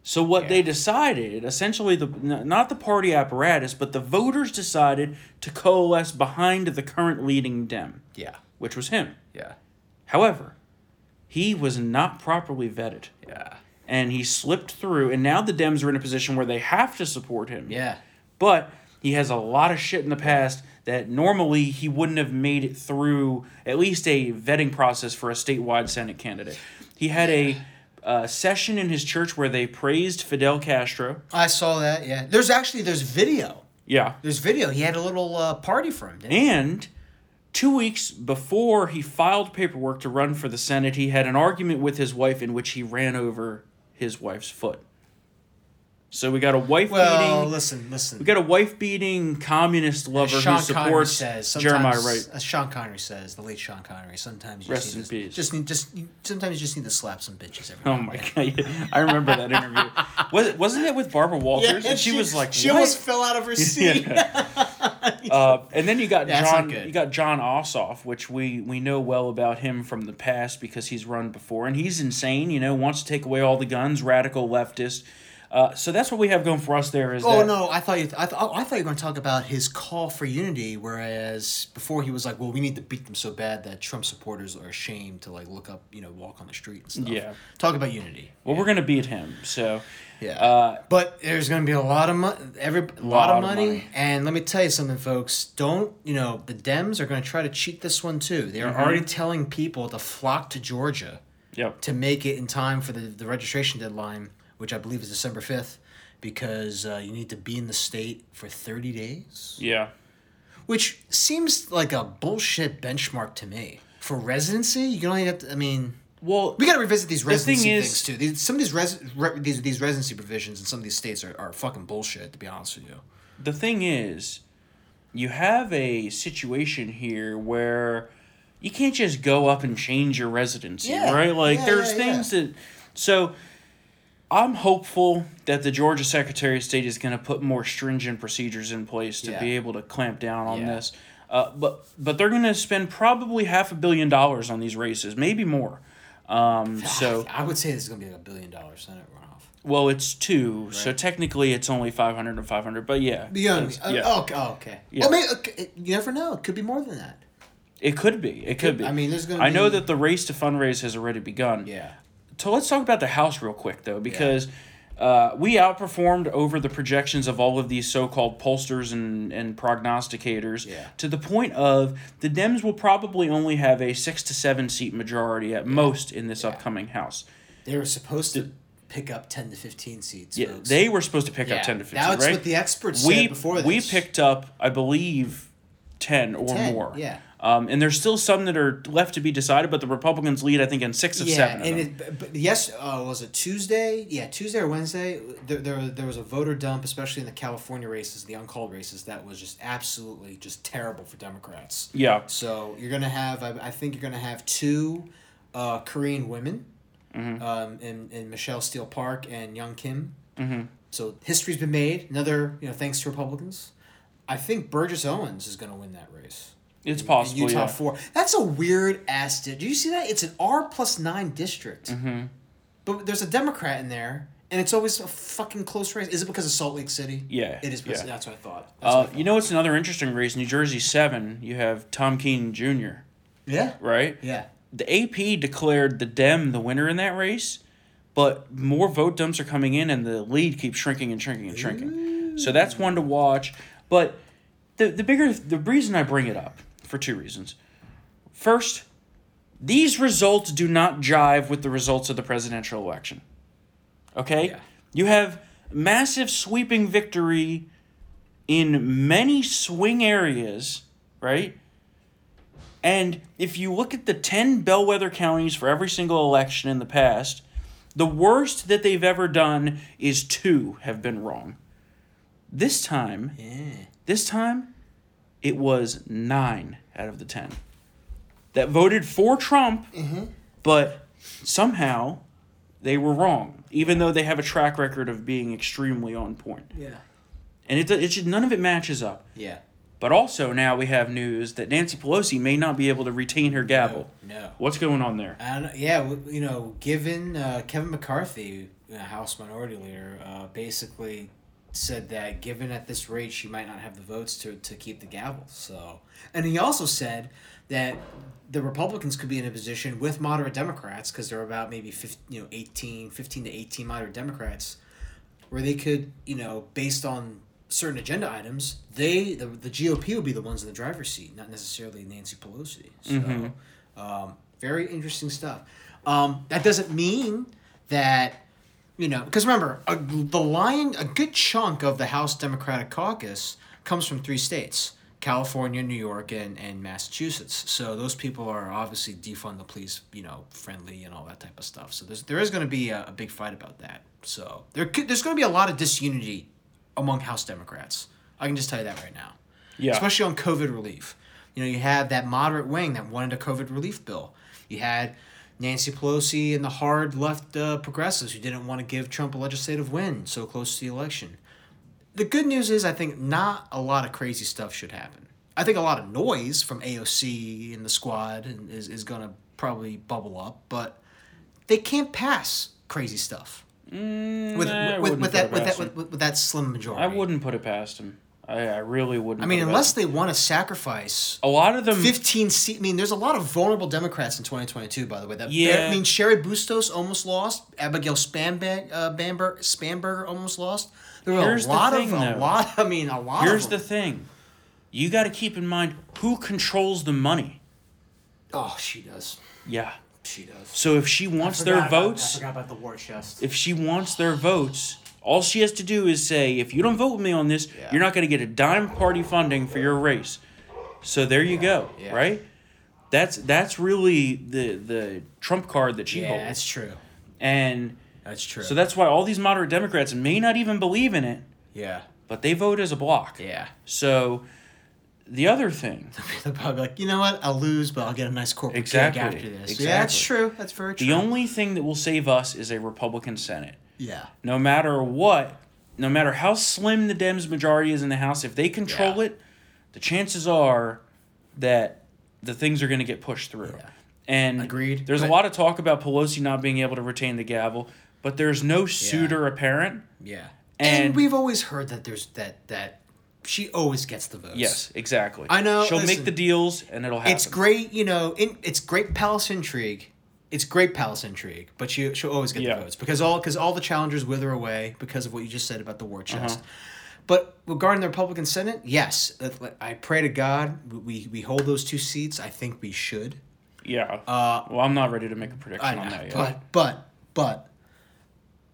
Speaker 1: So what they decided, essentially, the n- not the party apparatus, but the voters decided to coalesce behind the current leading Dem,
Speaker 2: Yeah.
Speaker 1: which was him.
Speaker 2: Yeah.
Speaker 1: However, he was not properly vetted.
Speaker 2: Yeah.
Speaker 1: And he slipped through, and now the Dems are in a position where they have to support him.
Speaker 2: Yeah.
Speaker 1: But he has a lot of shit in the past that normally he wouldn't have made it through at least a vetting process for a statewide Senate candidate. He had a uh, session in his church where they praised Fidel Castro.
Speaker 2: I saw that. Yeah, there's actually there's video.
Speaker 1: Yeah.
Speaker 2: There's video. He had a little uh, party for him. Didn't he?
Speaker 1: And two weeks before he filed paperwork to run for the Senate, he had an argument with his wife in which he ran over his wife's foot. So we got a wife
Speaker 2: Well,
Speaker 1: beating.
Speaker 2: listen, listen.
Speaker 1: We got a wife beating communist
Speaker 2: As
Speaker 1: lover who
Speaker 2: Sean Connery
Speaker 1: supports
Speaker 2: says,
Speaker 1: Jeremiah
Speaker 2: sometimes- uh,
Speaker 1: Wright.
Speaker 2: As Sean Connery says, the late Sean Connery. Sometimes you
Speaker 1: Rest
Speaker 2: just need
Speaker 1: in
Speaker 2: to,
Speaker 1: peace.
Speaker 2: Just need, just you, sometimes you just need to slap some bitches. Every
Speaker 1: Oh
Speaker 2: now
Speaker 1: my
Speaker 2: and then.
Speaker 1: god! I remember that interview. Was it, wasn't it with Barbara Walters?
Speaker 2: Yeah,
Speaker 1: and she, was like,
Speaker 2: she
Speaker 1: "What?"
Speaker 2: almost fell out of her seat.
Speaker 1: Uh, and then you got
Speaker 2: Yeah, that's
Speaker 1: John.
Speaker 2: not good.
Speaker 1: You got John Ossoff, which we we know well about him from the past because he's run before, and he's insane. You know, wants to take away all the guns, radical leftist. Uh, so that's what we have going for us. There is.
Speaker 2: Oh
Speaker 1: that-
Speaker 2: no! I thought you. I, th- I thought you were going to talk about his call for unity. Whereas before he was like, "Well, we need to beat them so bad that Trump supporters are ashamed to like look up, you know, walk on the street and stuff."
Speaker 1: Yeah.
Speaker 2: Talk about unity.
Speaker 1: Well, we're gonna beat him. So.
Speaker 2: Yeah.
Speaker 1: Uh,
Speaker 2: but there's going to be a lot of money. Every lot,
Speaker 1: Lot
Speaker 2: of
Speaker 1: of
Speaker 2: money.
Speaker 1: money.
Speaker 2: And let me tell you something, folks. Don't you know the Dems are going to try to cheat this one too? They
Speaker 1: Mm-hmm.
Speaker 2: are already telling people to flock to Georgia
Speaker 1: Yep.
Speaker 2: to make it in time for the, the registration deadline, which I believe is December 5th, because uh, you need to be in the state for 30 days,
Speaker 1: Yeah.
Speaker 2: which seems like a bullshit benchmark to me. For residency, you can only have to, I mean,
Speaker 1: Well,
Speaker 2: we got to revisit these residency
Speaker 1: is-
Speaker 2: things too. These, some of these, res, re, these these residency provisions in some of these states are, are fucking bullshit, to be honest with you.
Speaker 1: the thing is, you have a situation here where you can't just go up and change your residency,
Speaker 2: Yeah,
Speaker 1: right? Like
Speaker 2: yeah,
Speaker 1: there's
Speaker 2: yeah,
Speaker 1: things that so I'm hopeful that the Georgia Secretary of State is going to put more stringent procedures in place to
Speaker 2: Yeah.
Speaker 1: be able to clamp down on
Speaker 2: Yeah.
Speaker 1: this. Uh, but but they're going to spend probably half a billion dollars on these races, maybe more. Um, so
Speaker 2: I would say this is going to be like a billion dollar Senate runoff.
Speaker 1: well, it's two. So technically, it's only five hundred and five hundred. But yeah,
Speaker 2: Beyond,
Speaker 1: it's-
Speaker 2: uh,
Speaker 1: yeah.
Speaker 2: oh, okay, oh, okay.
Speaker 1: Yeah.
Speaker 2: Oh, maybe, okay, you never know. It could be more than that.
Speaker 1: It could be. It could be.
Speaker 2: I mean, there's gonna
Speaker 1: I know
Speaker 2: be-
Speaker 1: that the race to fundraise has already begun.
Speaker 2: Mm-hmm. Yeah.
Speaker 1: So let's talk about the House real quick, though, because uh, we outperformed over the projections of all of these so-called pollsters and, and prognosticators
Speaker 2: Yeah.
Speaker 1: to the point of the Dems will probably only have a six to seven seat majority at most in this upcoming House.
Speaker 2: They were supposed to pick up ten to fifteen seats.
Speaker 1: Yeah,
Speaker 2: folks.
Speaker 1: they were supposed to pick up
Speaker 2: Yeah,
Speaker 1: ten to fifteen.
Speaker 2: That's
Speaker 1: right?
Speaker 2: what the experts
Speaker 1: we
Speaker 2: said before this.
Speaker 1: we picked up, I believe, ten or
Speaker 2: 10,
Speaker 1: more.
Speaker 2: yeah.
Speaker 1: Um, and there's still some that are left to be decided, but the Republicans lead, I think, in six of
Speaker 2: yeah,
Speaker 1: seven. of
Speaker 2: and
Speaker 1: them.
Speaker 2: it, but- but yes, uh, was it Tuesday? Yeah, Tuesday or Wednesday. There, there, there was a voter dump, especially in the California races, the uncalled races. That was just absolutely just terrible for Democrats.
Speaker 1: Yeah.
Speaker 2: So you're gonna have, I, I think you're gonna have two uh, Korean women,
Speaker 1: Mm-hmm.
Speaker 2: um, and and Michelle Steele Park and Young Kim. Mm-hmm. So history's been made. Another, you know, thanks to Republicans. I think Burgess Owens is gonna win that race.
Speaker 1: It's
Speaker 2: in
Speaker 1: possible.
Speaker 2: Utah
Speaker 1: yeah.
Speaker 2: four. That's a weird ass. Di- Do you see that? It's an R plus nine district.
Speaker 1: Mm-hmm.
Speaker 2: But there's a Democrat in there, and it's always a fucking close race. Is it because of Salt Lake City?
Speaker 1: Yeah,
Speaker 2: it is. Because,
Speaker 1: yeah.
Speaker 2: That's what I thought. That's what
Speaker 1: Uh,
Speaker 2: I
Speaker 1: you know, it's another interesting race. New Jersey seven. You have Tom Keenan Jr.
Speaker 2: yeah,
Speaker 1: Right.
Speaker 2: yeah.
Speaker 1: The AP declared the Dem the winner in that race, but more vote dumps are coming in, and the lead keeps shrinking and shrinking and shrinking. So that's one to watch. But the the bigger the reason I bring it up for two reasons. First, these results do not jive with the results of the presidential election. Okay?
Speaker 2: Yeah.
Speaker 1: You have massive sweeping victory in many swing areas, right? And if you look at the 10 bellwether counties for every single election in the past, the worst that they've ever done is two have been wrong. This time, this time, it was nine out of the 10 that voted for Trump,
Speaker 2: Mm-hmm.
Speaker 1: but somehow they were wrong, even though they have a track record of being extremely on point.
Speaker 2: Yeah.
Speaker 1: And it, it should, none of it matches up.
Speaker 2: Yeah.
Speaker 1: But also now we have news that Nancy Pelosi may not be able to retain her gavel.
Speaker 2: No.
Speaker 1: What's going on there?
Speaker 2: I don't, yeah, w- you know, given uh, Kevin McCarthy, the House Minority Leader, uh, basically said that given at this rate, she might not have the votes to, to keep the gavel. So, and he also said that the Republicans could be in a position with moderate Democrats, because there are about maybe 15, you know 18, 15 to eighteen moderate Democrats, where they could, you know, based on certain agenda items, they the, the GOP would be the ones in the driver's seat, not necessarily Nancy Pelosi. So, um, very interesting stuff. Um, that doesn't mean that you know because remember a, the lion a good chunk of the House Democratic Caucus comes from three states. California, New York, and, and Massachusetts. So those people are obviously defund the police, you know, friendly and all that type of stuff. So there's there is going to be a, a big fight about that. So there could, there's going to be a lot of disunity among House Democrats. I can just tell you that right now.
Speaker 1: Yeah.
Speaker 2: Especially on COVID relief. You know, you had that moderate wing that wanted a COVID relief bill. You had Nancy Pelosi and the hard left uh, progressives who didn't want to give Trump a legislative win so close to the election. The good news is, I think not a lot of crazy stuff should happen. I think a lot of noise from AOC and the squad and- is, is going to probably bubble up, but they can't pass crazy stuff. with,
Speaker 1: Mm, I
Speaker 2: with,
Speaker 1: wouldn't
Speaker 2: with, that,
Speaker 1: put it
Speaker 2: with, that,
Speaker 1: past
Speaker 2: with, with, that slim majority.
Speaker 1: I wouldn't put it past him. I, I really wouldn't.
Speaker 2: I mean,
Speaker 1: put it
Speaker 2: unless
Speaker 1: past
Speaker 2: they want to sacrifice
Speaker 1: him. a lot of them.
Speaker 2: 15 seat. I mean, there's a lot of vulnerable Democrats in 2022, by the way. That,
Speaker 1: Yeah.
Speaker 2: I mean, Sherry Bustos almost lost. Abigail Spamberg, uh, Bamber, Spamberger almost lost. There were
Speaker 1: Here's
Speaker 2: a
Speaker 1: the
Speaker 2: lot
Speaker 1: thing,
Speaker 2: of, a
Speaker 1: though.
Speaker 2: lot, I mean, a lot
Speaker 1: here's
Speaker 2: of
Speaker 1: the
Speaker 2: them.
Speaker 1: thing, you got to keep in mind who controls the money.
Speaker 2: Oh, she does.
Speaker 1: Yeah.
Speaker 2: She does.
Speaker 1: So if she wants
Speaker 2: Forgot
Speaker 1: their
Speaker 2: about-
Speaker 1: votes,
Speaker 2: I forgot about the war chest.
Speaker 1: if she wants their votes, all she has to do is say, if you don't vote with me on this,
Speaker 2: Yeah.
Speaker 1: you're not going to get a dime party funding for your race. So there you go,
Speaker 2: Yeah.
Speaker 1: right? That's that's really the the trump card that she
Speaker 2: yeah,
Speaker 1: holds.
Speaker 2: that's true.
Speaker 1: And
Speaker 2: That's true.
Speaker 1: so that's why all these moderate Democrats may not even believe in it,
Speaker 2: yeah,
Speaker 1: but they vote as a block.
Speaker 2: yeah.
Speaker 1: So the other thing,
Speaker 2: They'll probably be like, you know what? I'll lose, but I'll get a nice corporate
Speaker 1: Exactly.
Speaker 2: gig after this. Yeah, that's
Speaker 1: Exactly.
Speaker 2: true. That's very true.
Speaker 1: the only thing that will save us is a Republican Senate.
Speaker 2: yeah.
Speaker 1: no matter what, no matter how slim the Dems majority is in the House, if they control
Speaker 2: Yeah.
Speaker 1: it, the chances are that the things are going to get pushed through.
Speaker 2: Yeah.
Speaker 1: And
Speaker 2: Agreed.
Speaker 1: There's
Speaker 2: But-
Speaker 1: a lot of talk about Pelosi not being able to retain the gavel, but there's no suitor apparent.
Speaker 2: Yeah. And,
Speaker 1: And-
Speaker 2: we've always heard that there's that that she always gets the votes.
Speaker 1: Yes, exactly.
Speaker 2: I know,
Speaker 1: She'll
Speaker 2: listen.
Speaker 1: make the deals, and it'll happen.
Speaker 2: It's great, you know, in, it's great palace intrigue. It's great palace intrigue, but she she'll always get
Speaker 1: Yeah.
Speaker 2: the votes because all because all the challengers wither away because of what you just said about the war
Speaker 1: Uh-huh.
Speaker 2: chest. But regarding the Republican Senate, yes, that- I pray to God we we hold those two seats. I think we should.
Speaker 1: Yeah. Uh, well, I'm not ready to make a prediction
Speaker 2: I know,
Speaker 1: on that yet.
Speaker 2: but but but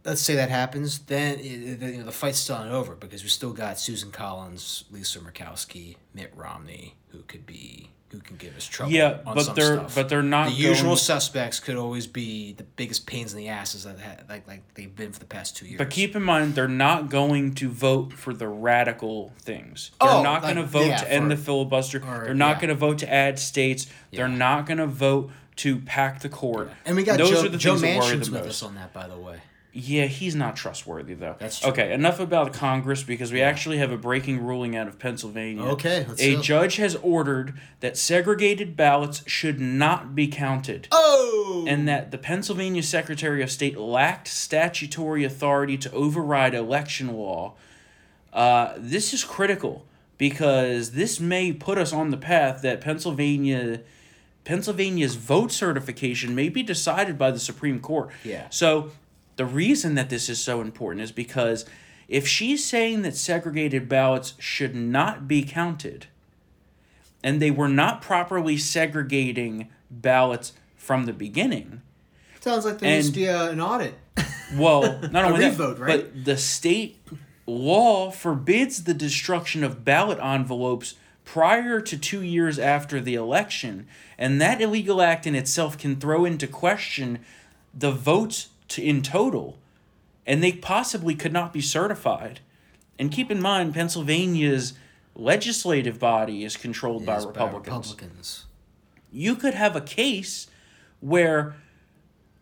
Speaker 2: let's say that happens, then it, it- you know the fight's still not over because we still got Susan Collins, Lisa Murkowski, Mitt Romney, who could be who can give us trouble.
Speaker 1: Yeah,
Speaker 2: on
Speaker 1: but
Speaker 2: some
Speaker 1: they're-
Speaker 2: stuff.
Speaker 1: but they're not
Speaker 2: the usual
Speaker 1: going-
Speaker 2: suspects. Could always be the biggest pains in the asses that ha- like like they've been for the past two years.
Speaker 1: But keep in mind, they're not going to vote for the radical things. They're
Speaker 2: Oh,
Speaker 1: not
Speaker 2: like,
Speaker 1: going to vote
Speaker 2: yeah,
Speaker 1: to end
Speaker 2: for-
Speaker 1: the filibuster.
Speaker 2: or,
Speaker 1: they're not
Speaker 2: yeah.
Speaker 1: going to vote to add states. They're
Speaker 2: Yeah.
Speaker 1: not going to vote to pack the court.
Speaker 2: and we got
Speaker 1: Those
Speaker 2: Joe,
Speaker 1: are the
Speaker 2: Joe
Speaker 1: things that worry
Speaker 2: Manchin's
Speaker 1: the
Speaker 2: with
Speaker 1: most.
Speaker 2: us on that, by the way.
Speaker 1: Yeah, he's not trustworthy though.
Speaker 2: That's true.
Speaker 1: Okay, enough about Congress because we actually have a breaking ruling out of Pennsylvania.
Speaker 2: Okay, let's
Speaker 1: a
Speaker 2: go.
Speaker 1: judge has ordered that segregated ballots should not be counted.
Speaker 2: Oh,
Speaker 1: and that the Pennsylvania Secretary of State lacked statutory authority to override election law. Uh, this is critical because this may put us on the path that Pennsylvania Pennsylvania's vote certification may be decided by the Supreme Court.
Speaker 2: Yeah.
Speaker 1: So the reason that this is so important is because if she's saying that segregated ballots should not be counted, and they were not properly segregating ballots from the beginning.
Speaker 2: sounds like there needs to
Speaker 1: and-
Speaker 2: be uh, an audit.
Speaker 1: Well, not only that,
Speaker 2: revote, right?
Speaker 1: but the state law forbids the destruction of ballot envelopes prior to 2 years after the election, and that illegal act in itself can throw into question the votes to, in total, and they possibly could not be certified. And keep in mind Pennsylvania's legislative body is controlled by
Speaker 2: It's
Speaker 1: Republicans
Speaker 2: Republicans.
Speaker 1: you could have a case where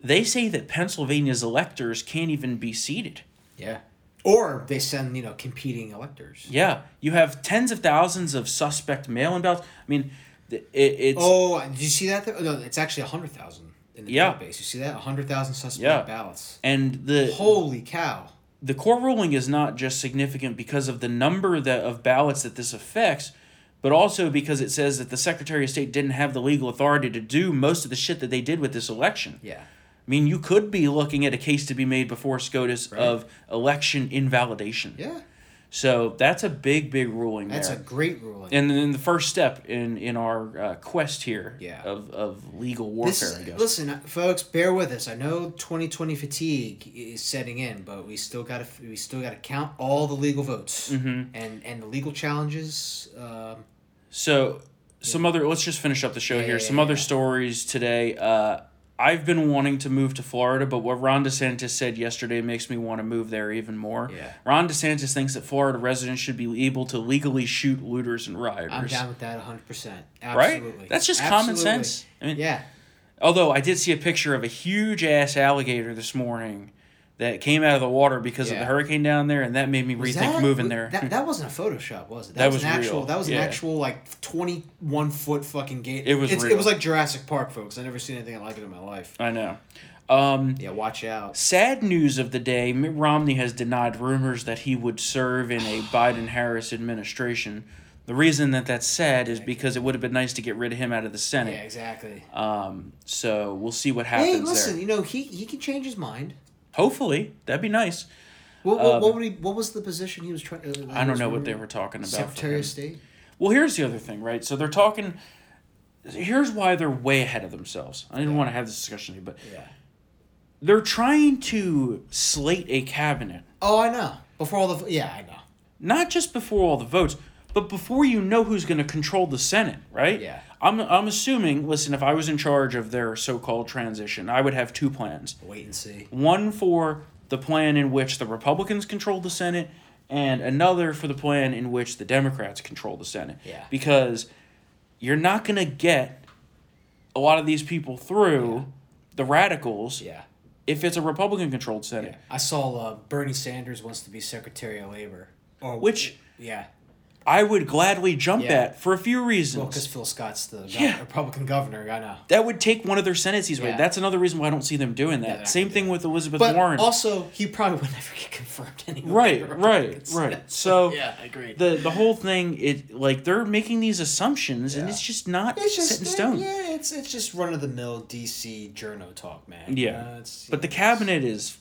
Speaker 1: they say that Pennsylvania's electors can't even be seated.
Speaker 2: Yeah. Or they send, you know, competing electors.
Speaker 1: Yeah, you have tens of thousands of suspect mail-in ballots. I mean, th- it, it's
Speaker 2: Oh, did you see that? Though? No, it's actually 100,000 in the
Speaker 1: Yeah.
Speaker 2: database. You see that? 100,000 suspect
Speaker 1: Yeah.
Speaker 2: ballots.
Speaker 1: and the
Speaker 2: Holy cow.
Speaker 1: the court ruling is not just significant because of the number that of ballots that this affects, but also because it says that the Secretary of State didn't have the legal authority to do most of the shit that they did with this election.
Speaker 2: Yeah.
Speaker 1: I mean, you could be looking at a case to be made before SCOTUS of election invalidation.
Speaker 2: Yeah.
Speaker 1: So that's a big, big ruling.
Speaker 2: That's
Speaker 1: there.
Speaker 2: a great ruling.
Speaker 1: and then the first step in in our uh, quest here
Speaker 2: Yeah.
Speaker 1: of, of legal warfare,
Speaker 2: This
Speaker 1: I
Speaker 2: is,
Speaker 1: guess.
Speaker 2: listen, uh, folks, bear with us. I know 2020 fatigue is setting in, but we still got to we still got to count all the legal votes
Speaker 1: Mm-hmm.
Speaker 2: and and the legal challenges. Um,
Speaker 1: So some other let's just finish up the show here.
Speaker 2: yeah,
Speaker 1: some
Speaker 2: yeah,
Speaker 1: other stories today. Uh, I've been wanting to move to Florida, but what Ron DeSantis said yesterday makes me want to move there even more.
Speaker 2: Yeah.
Speaker 1: Ron DeSantis thinks that Florida residents should be able to legally shoot looters and rioters.
Speaker 2: I'm down with that 100. percent
Speaker 1: Right?
Speaker 2: Absolutely.
Speaker 1: That's just common
Speaker 2: Absolutely.
Speaker 1: sense. I mean-
Speaker 2: yeah.
Speaker 1: Although I did see a picture of a huge ass alligator this morning that came out of the water because of
Speaker 2: Yeah.
Speaker 1: the hurricane down there, and that made me
Speaker 2: Was
Speaker 1: rethink
Speaker 2: that-
Speaker 1: moving
Speaker 2: wa-
Speaker 1: there.
Speaker 2: That, that wasn't a Photoshop, was it?
Speaker 1: That was
Speaker 2: an actual.
Speaker 1: real,
Speaker 2: That was
Speaker 1: yeah.
Speaker 2: an actual like 21 foot fucking gate.
Speaker 1: It was
Speaker 2: It's,
Speaker 1: real.
Speaker 2: It was like Jurassic Park, folks. I never seen anything like it in my life.
Speaker 1: I know. Um,
Speaker 2: Yeah, watch out.
Speaker 1: Sad news of the day Mitt Romney has denied rumors that he would serve in a Biden Harris administration. The reason that that's sad is because it would have been nice to get rid of him out of the
Speaker 2: Yeah,
Speaker 1: Senate.
Speaker 2: exactly.
Speaker 1: Um, so we'll see what happens
Speaker 2: hey, listen,
Speaker 1: there.
Speaker 2: you know he he can change his mind.
Speaker 1: Hopefully, that'd be nice.
Speaker 2: What, what, what, would he, what was the position he was trying? Uh,
Speaker 1: Um, I don't know what they were talking about. for
Speaker 2: Secretary
Speaker 1: him.
Speaker 2: of State.
Speaker 1: Well, here's the other thing, right? So they're talking. Here's why they're way ahead of themselves. I didn't want to have this discussion, but
Speaker 2: Yeah.
Speaker 1: they're trying to slate a cabinet
Speaker 2: Oh, I know. Before all the yeah, I know.
Speaker 1: not just before all the votes, but before you know who's going to control the Senate, right?
Speaker 2: Yeah.
Speaker 1: I'm, I'm assuming, listen, if I was in charge of their so called transition, I would have two plans
Speaker 2: Wait and see.
Speaker 1: one for the plan in which the Republicans control the Senate, and another for the plan in which the Democrats control the Senate.
Speaker 2: Yeah.
Speaker 1: Because you're not going to get a lot of these people through the radicals
Speaker 2: Yeah.
Speaker 1: if it's a Republican controlled Senate.
Speaker 2: I saw uh, Bernie Sanders wants to be Secretary of Labor. Or
Speaker 1: Which-
Speaker 2: Yeah.
Speaker 1: I would gladly jump
Speaker 2: Yeah.
Speaker 1: at for a few reasons.
Speaker 2: Well, because Phil Scott's the gov-
Speaker 1: Yeah.
Speaker 2: Republican governor. I know.
Speaker 1: That would take one of their sentences away.
Speaker 2: Yeah.
Speaker 1: That's another reason why I don't see them doing that.
Speaker 2: they're not
Speaker 1: Same
Speaker 2: gonna
Speaker 1: thing
Speaker 2: do
Speaker 1: with Elizabeth
Speaker 2: But
Speaker 1: Warren.
Speaker 2: also, he probably would never get confirmed anyway.
Speaker 1: right, right,
Speaker 2: Republicans.
Speaker 1: right. So
Speaker 2: yeah, I agree.
Speaker 1: the the whole thing, it like they're making these assumptions, and
Speaker 2: Yeah.
Speaker 1: it's just not
Speaker 2: it's just
Speaker 1: set in stone.
Speaker 2: Yeah, it's it's just run of the mill DC journo talk, man.
Speaker 1: Yeah.
Speaker 2: Uh, it's-
Speaker 1: But the
Speaker 2: it's-
Speaker 1: cabinet is.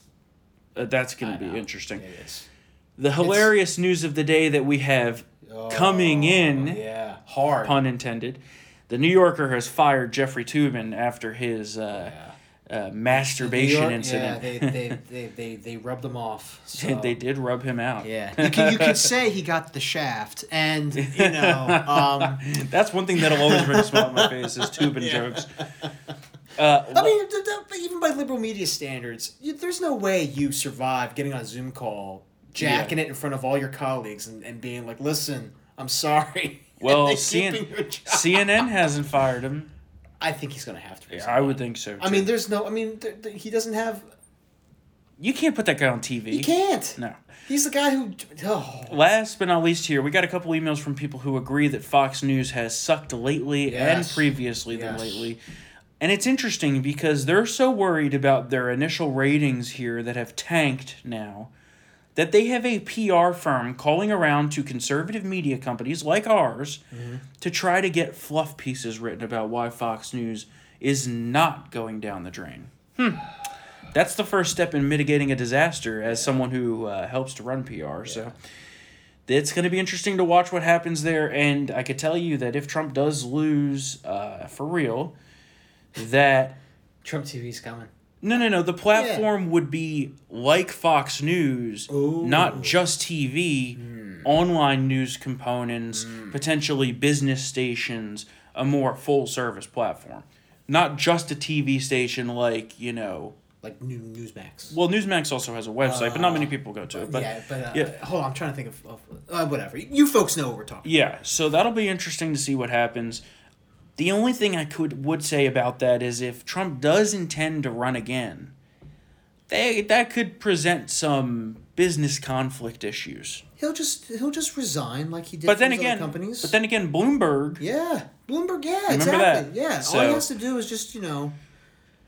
Speaker 1: Uh, that's going
Speaker 2: I
Speaker 1: to be
Speaker 2: know.
Speaker 1: interesting.
Speaker 2: It is.
Speaker 1: The hilarious news of the day that we have coming
Speaker 2: Oh,
Speaker 1: in,
Speaker 2: Yeah, hard.
Speaker 1: pun intended, the New Yorker has fired Jeffrey Toobin after his uh,
Speaker 2: Yeah.
Speaker 1: uh,
Speaker 2: New York-
Speaker 1: masturbation
Speaker 2: Yeah,
Speaker 1: incident.
Speaker 2: they, they, they, they, they rubbed them off. So.
Speaker 1: they did rub him out.
Speaker 2: Yeah, you could, you could say he got the shaft, and you know, um,
Speaker 1: That's one thing that'll always bring a smile on my face is tubing jokes. Uh,
Speaker 2: I mean, th- th- but even by liberal media standards, you, there's no way you survive getting on a Zoom call, jacking it in front of all your colleagues, and, and being like, "Listen, I'm sorry." and
Speaker 1: Well,
Speaker 2: then
Speaker 1: CN-
Speaker 2: keeping your job.
Speaker 1: CNN hasn't fired him.
Speaker 2: I think he's gonna have to. Resign.
Speaker 1: I would think so.
Speaker 2: I
Speaker 1: too.
Speaker 2: mean, there's no. I mean, there, there- he doesn't have.
Speaker 1: you can't put that guy on TV.
Speaker 2: He can't.
Speaker 1: No.
Speaker 2: He's the guy who. Oh.
Speaker 1: Last but not least, here we got a couple emails from people who agree that Fox News has sucked lately and
Speaker 2: Yes.
Speaker 1: previously than
Speaker 2: Yes.
Speaker 1: lately. And it's interesting because they're so worried about their initial ratings here that have tanked now that they have a PR firm calling around to conservative media companies like ours
Speaker 2: Mm-hmm.
Speaker 1: to try to get fluff pieces written about why Fox News is not going down the drain. Hmm. That's the first step in mitigating a disaster as someone who uh, helps to run PR. So it's going to be interesting to watch what happens there. And I could tell you that if Trump does lose uh, for real, that.
Speaker 2: Trump TV's coming.
Speaker 1: No, no, no. The platform would be like Fox News, not just TV, online news components, potentially business stations, a more full service platform. Not just a TV station like, you know,
Speaker 2: Like new Newsmax.
Speaker 1: well, Newsmax also has a website, but not many people go to it. But
Speaker 2: yeah, but uh,
Speaker 1: yeah.
Speaker 2: hold on, I'm trying to think of, of uh, whatever. You folks know what we're talking.
Speaker 1: Yeah, so that'll be interesting to see what happens. The only thing I could would say about that is if Trump does intend to run again, they that could present some business conflict issues.
Speaker 2: He'll just he'll just resign like he did.
Speaker 1: But
Speaker 2: for
Speaker 1: then
Speaker 2: his other
Speaker 1: again,
Speaker 2: companies.
Speaker 1: but then again, Bloomberg,
Speaker 2: yeah, Bloomberg. Yeah,
Speaker 1: Remember
Speaker 2: exactly.
Speaker 1: that.
Speaker 2: Yeah, all
Speaker 1: So-
Speaker 2: he has to do is just you know.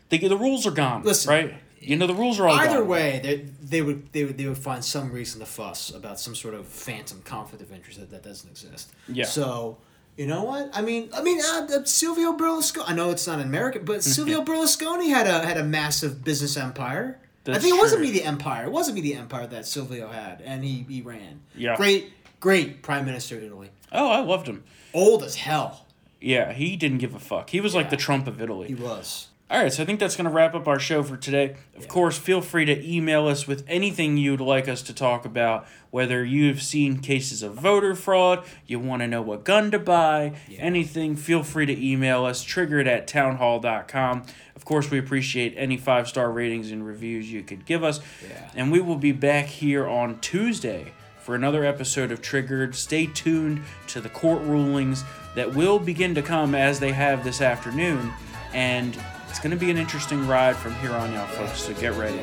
Speaker 1: the the rules are gone.
Speaker 2: Listen.
Speaker 1: right? You know the rules are all
Speaker 2: Either
Speaker 1: gone.
Speaker 2: way, they, they would they would they would find some reason to fuss about some sort of phantom conflict of interest that, that doesn't exist.
Speaker 1: Yeah.
Speaker 2: So. You know what? I mean, I mean, uh, uh, Silvio Berlusconi. I know it's not an American, but Silvio Berlusconi had a had a massive business empire. I
Speaker 1: That's
Speaker 2: think it wasn't
Speaker 1: true.
Speaker 2: me the empire. It wasn't me the empire that Silvio had, and he he ran.
Speaker 1: Yeah.
Speaker 2: Great, great prime minister of Italy.
Speaker 1: Oh, I loved him.
Speaker 2: Old as hell
Speaker 1: Yeah, he didn't give a fuck. He was like the Trump of Italy.
Speaker 2: he was.
Speaker 1: All right, so I think that's going to wrap up our show for today. Of course, feel free to email us with anything you'd like us to talk about, whether you've seen cases of voter fraud, you want to know what gun to buy, anything, feel free to email us, triggered at townhall.com. Of course, we appreciate any five star ratings and reviews you could give us.
Speaker 2: Yeah.
Speaker 1: And we will be back here on Tuesday for another episode of Triggered. Stay tuned to the court rulings that will begin to come as they have this afternoon. And it's going to be an interesting ride from here on out, folks. So get ready.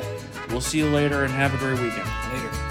Speaker 1: We'll see you later and have a great weekend.
Speaker 2: Later.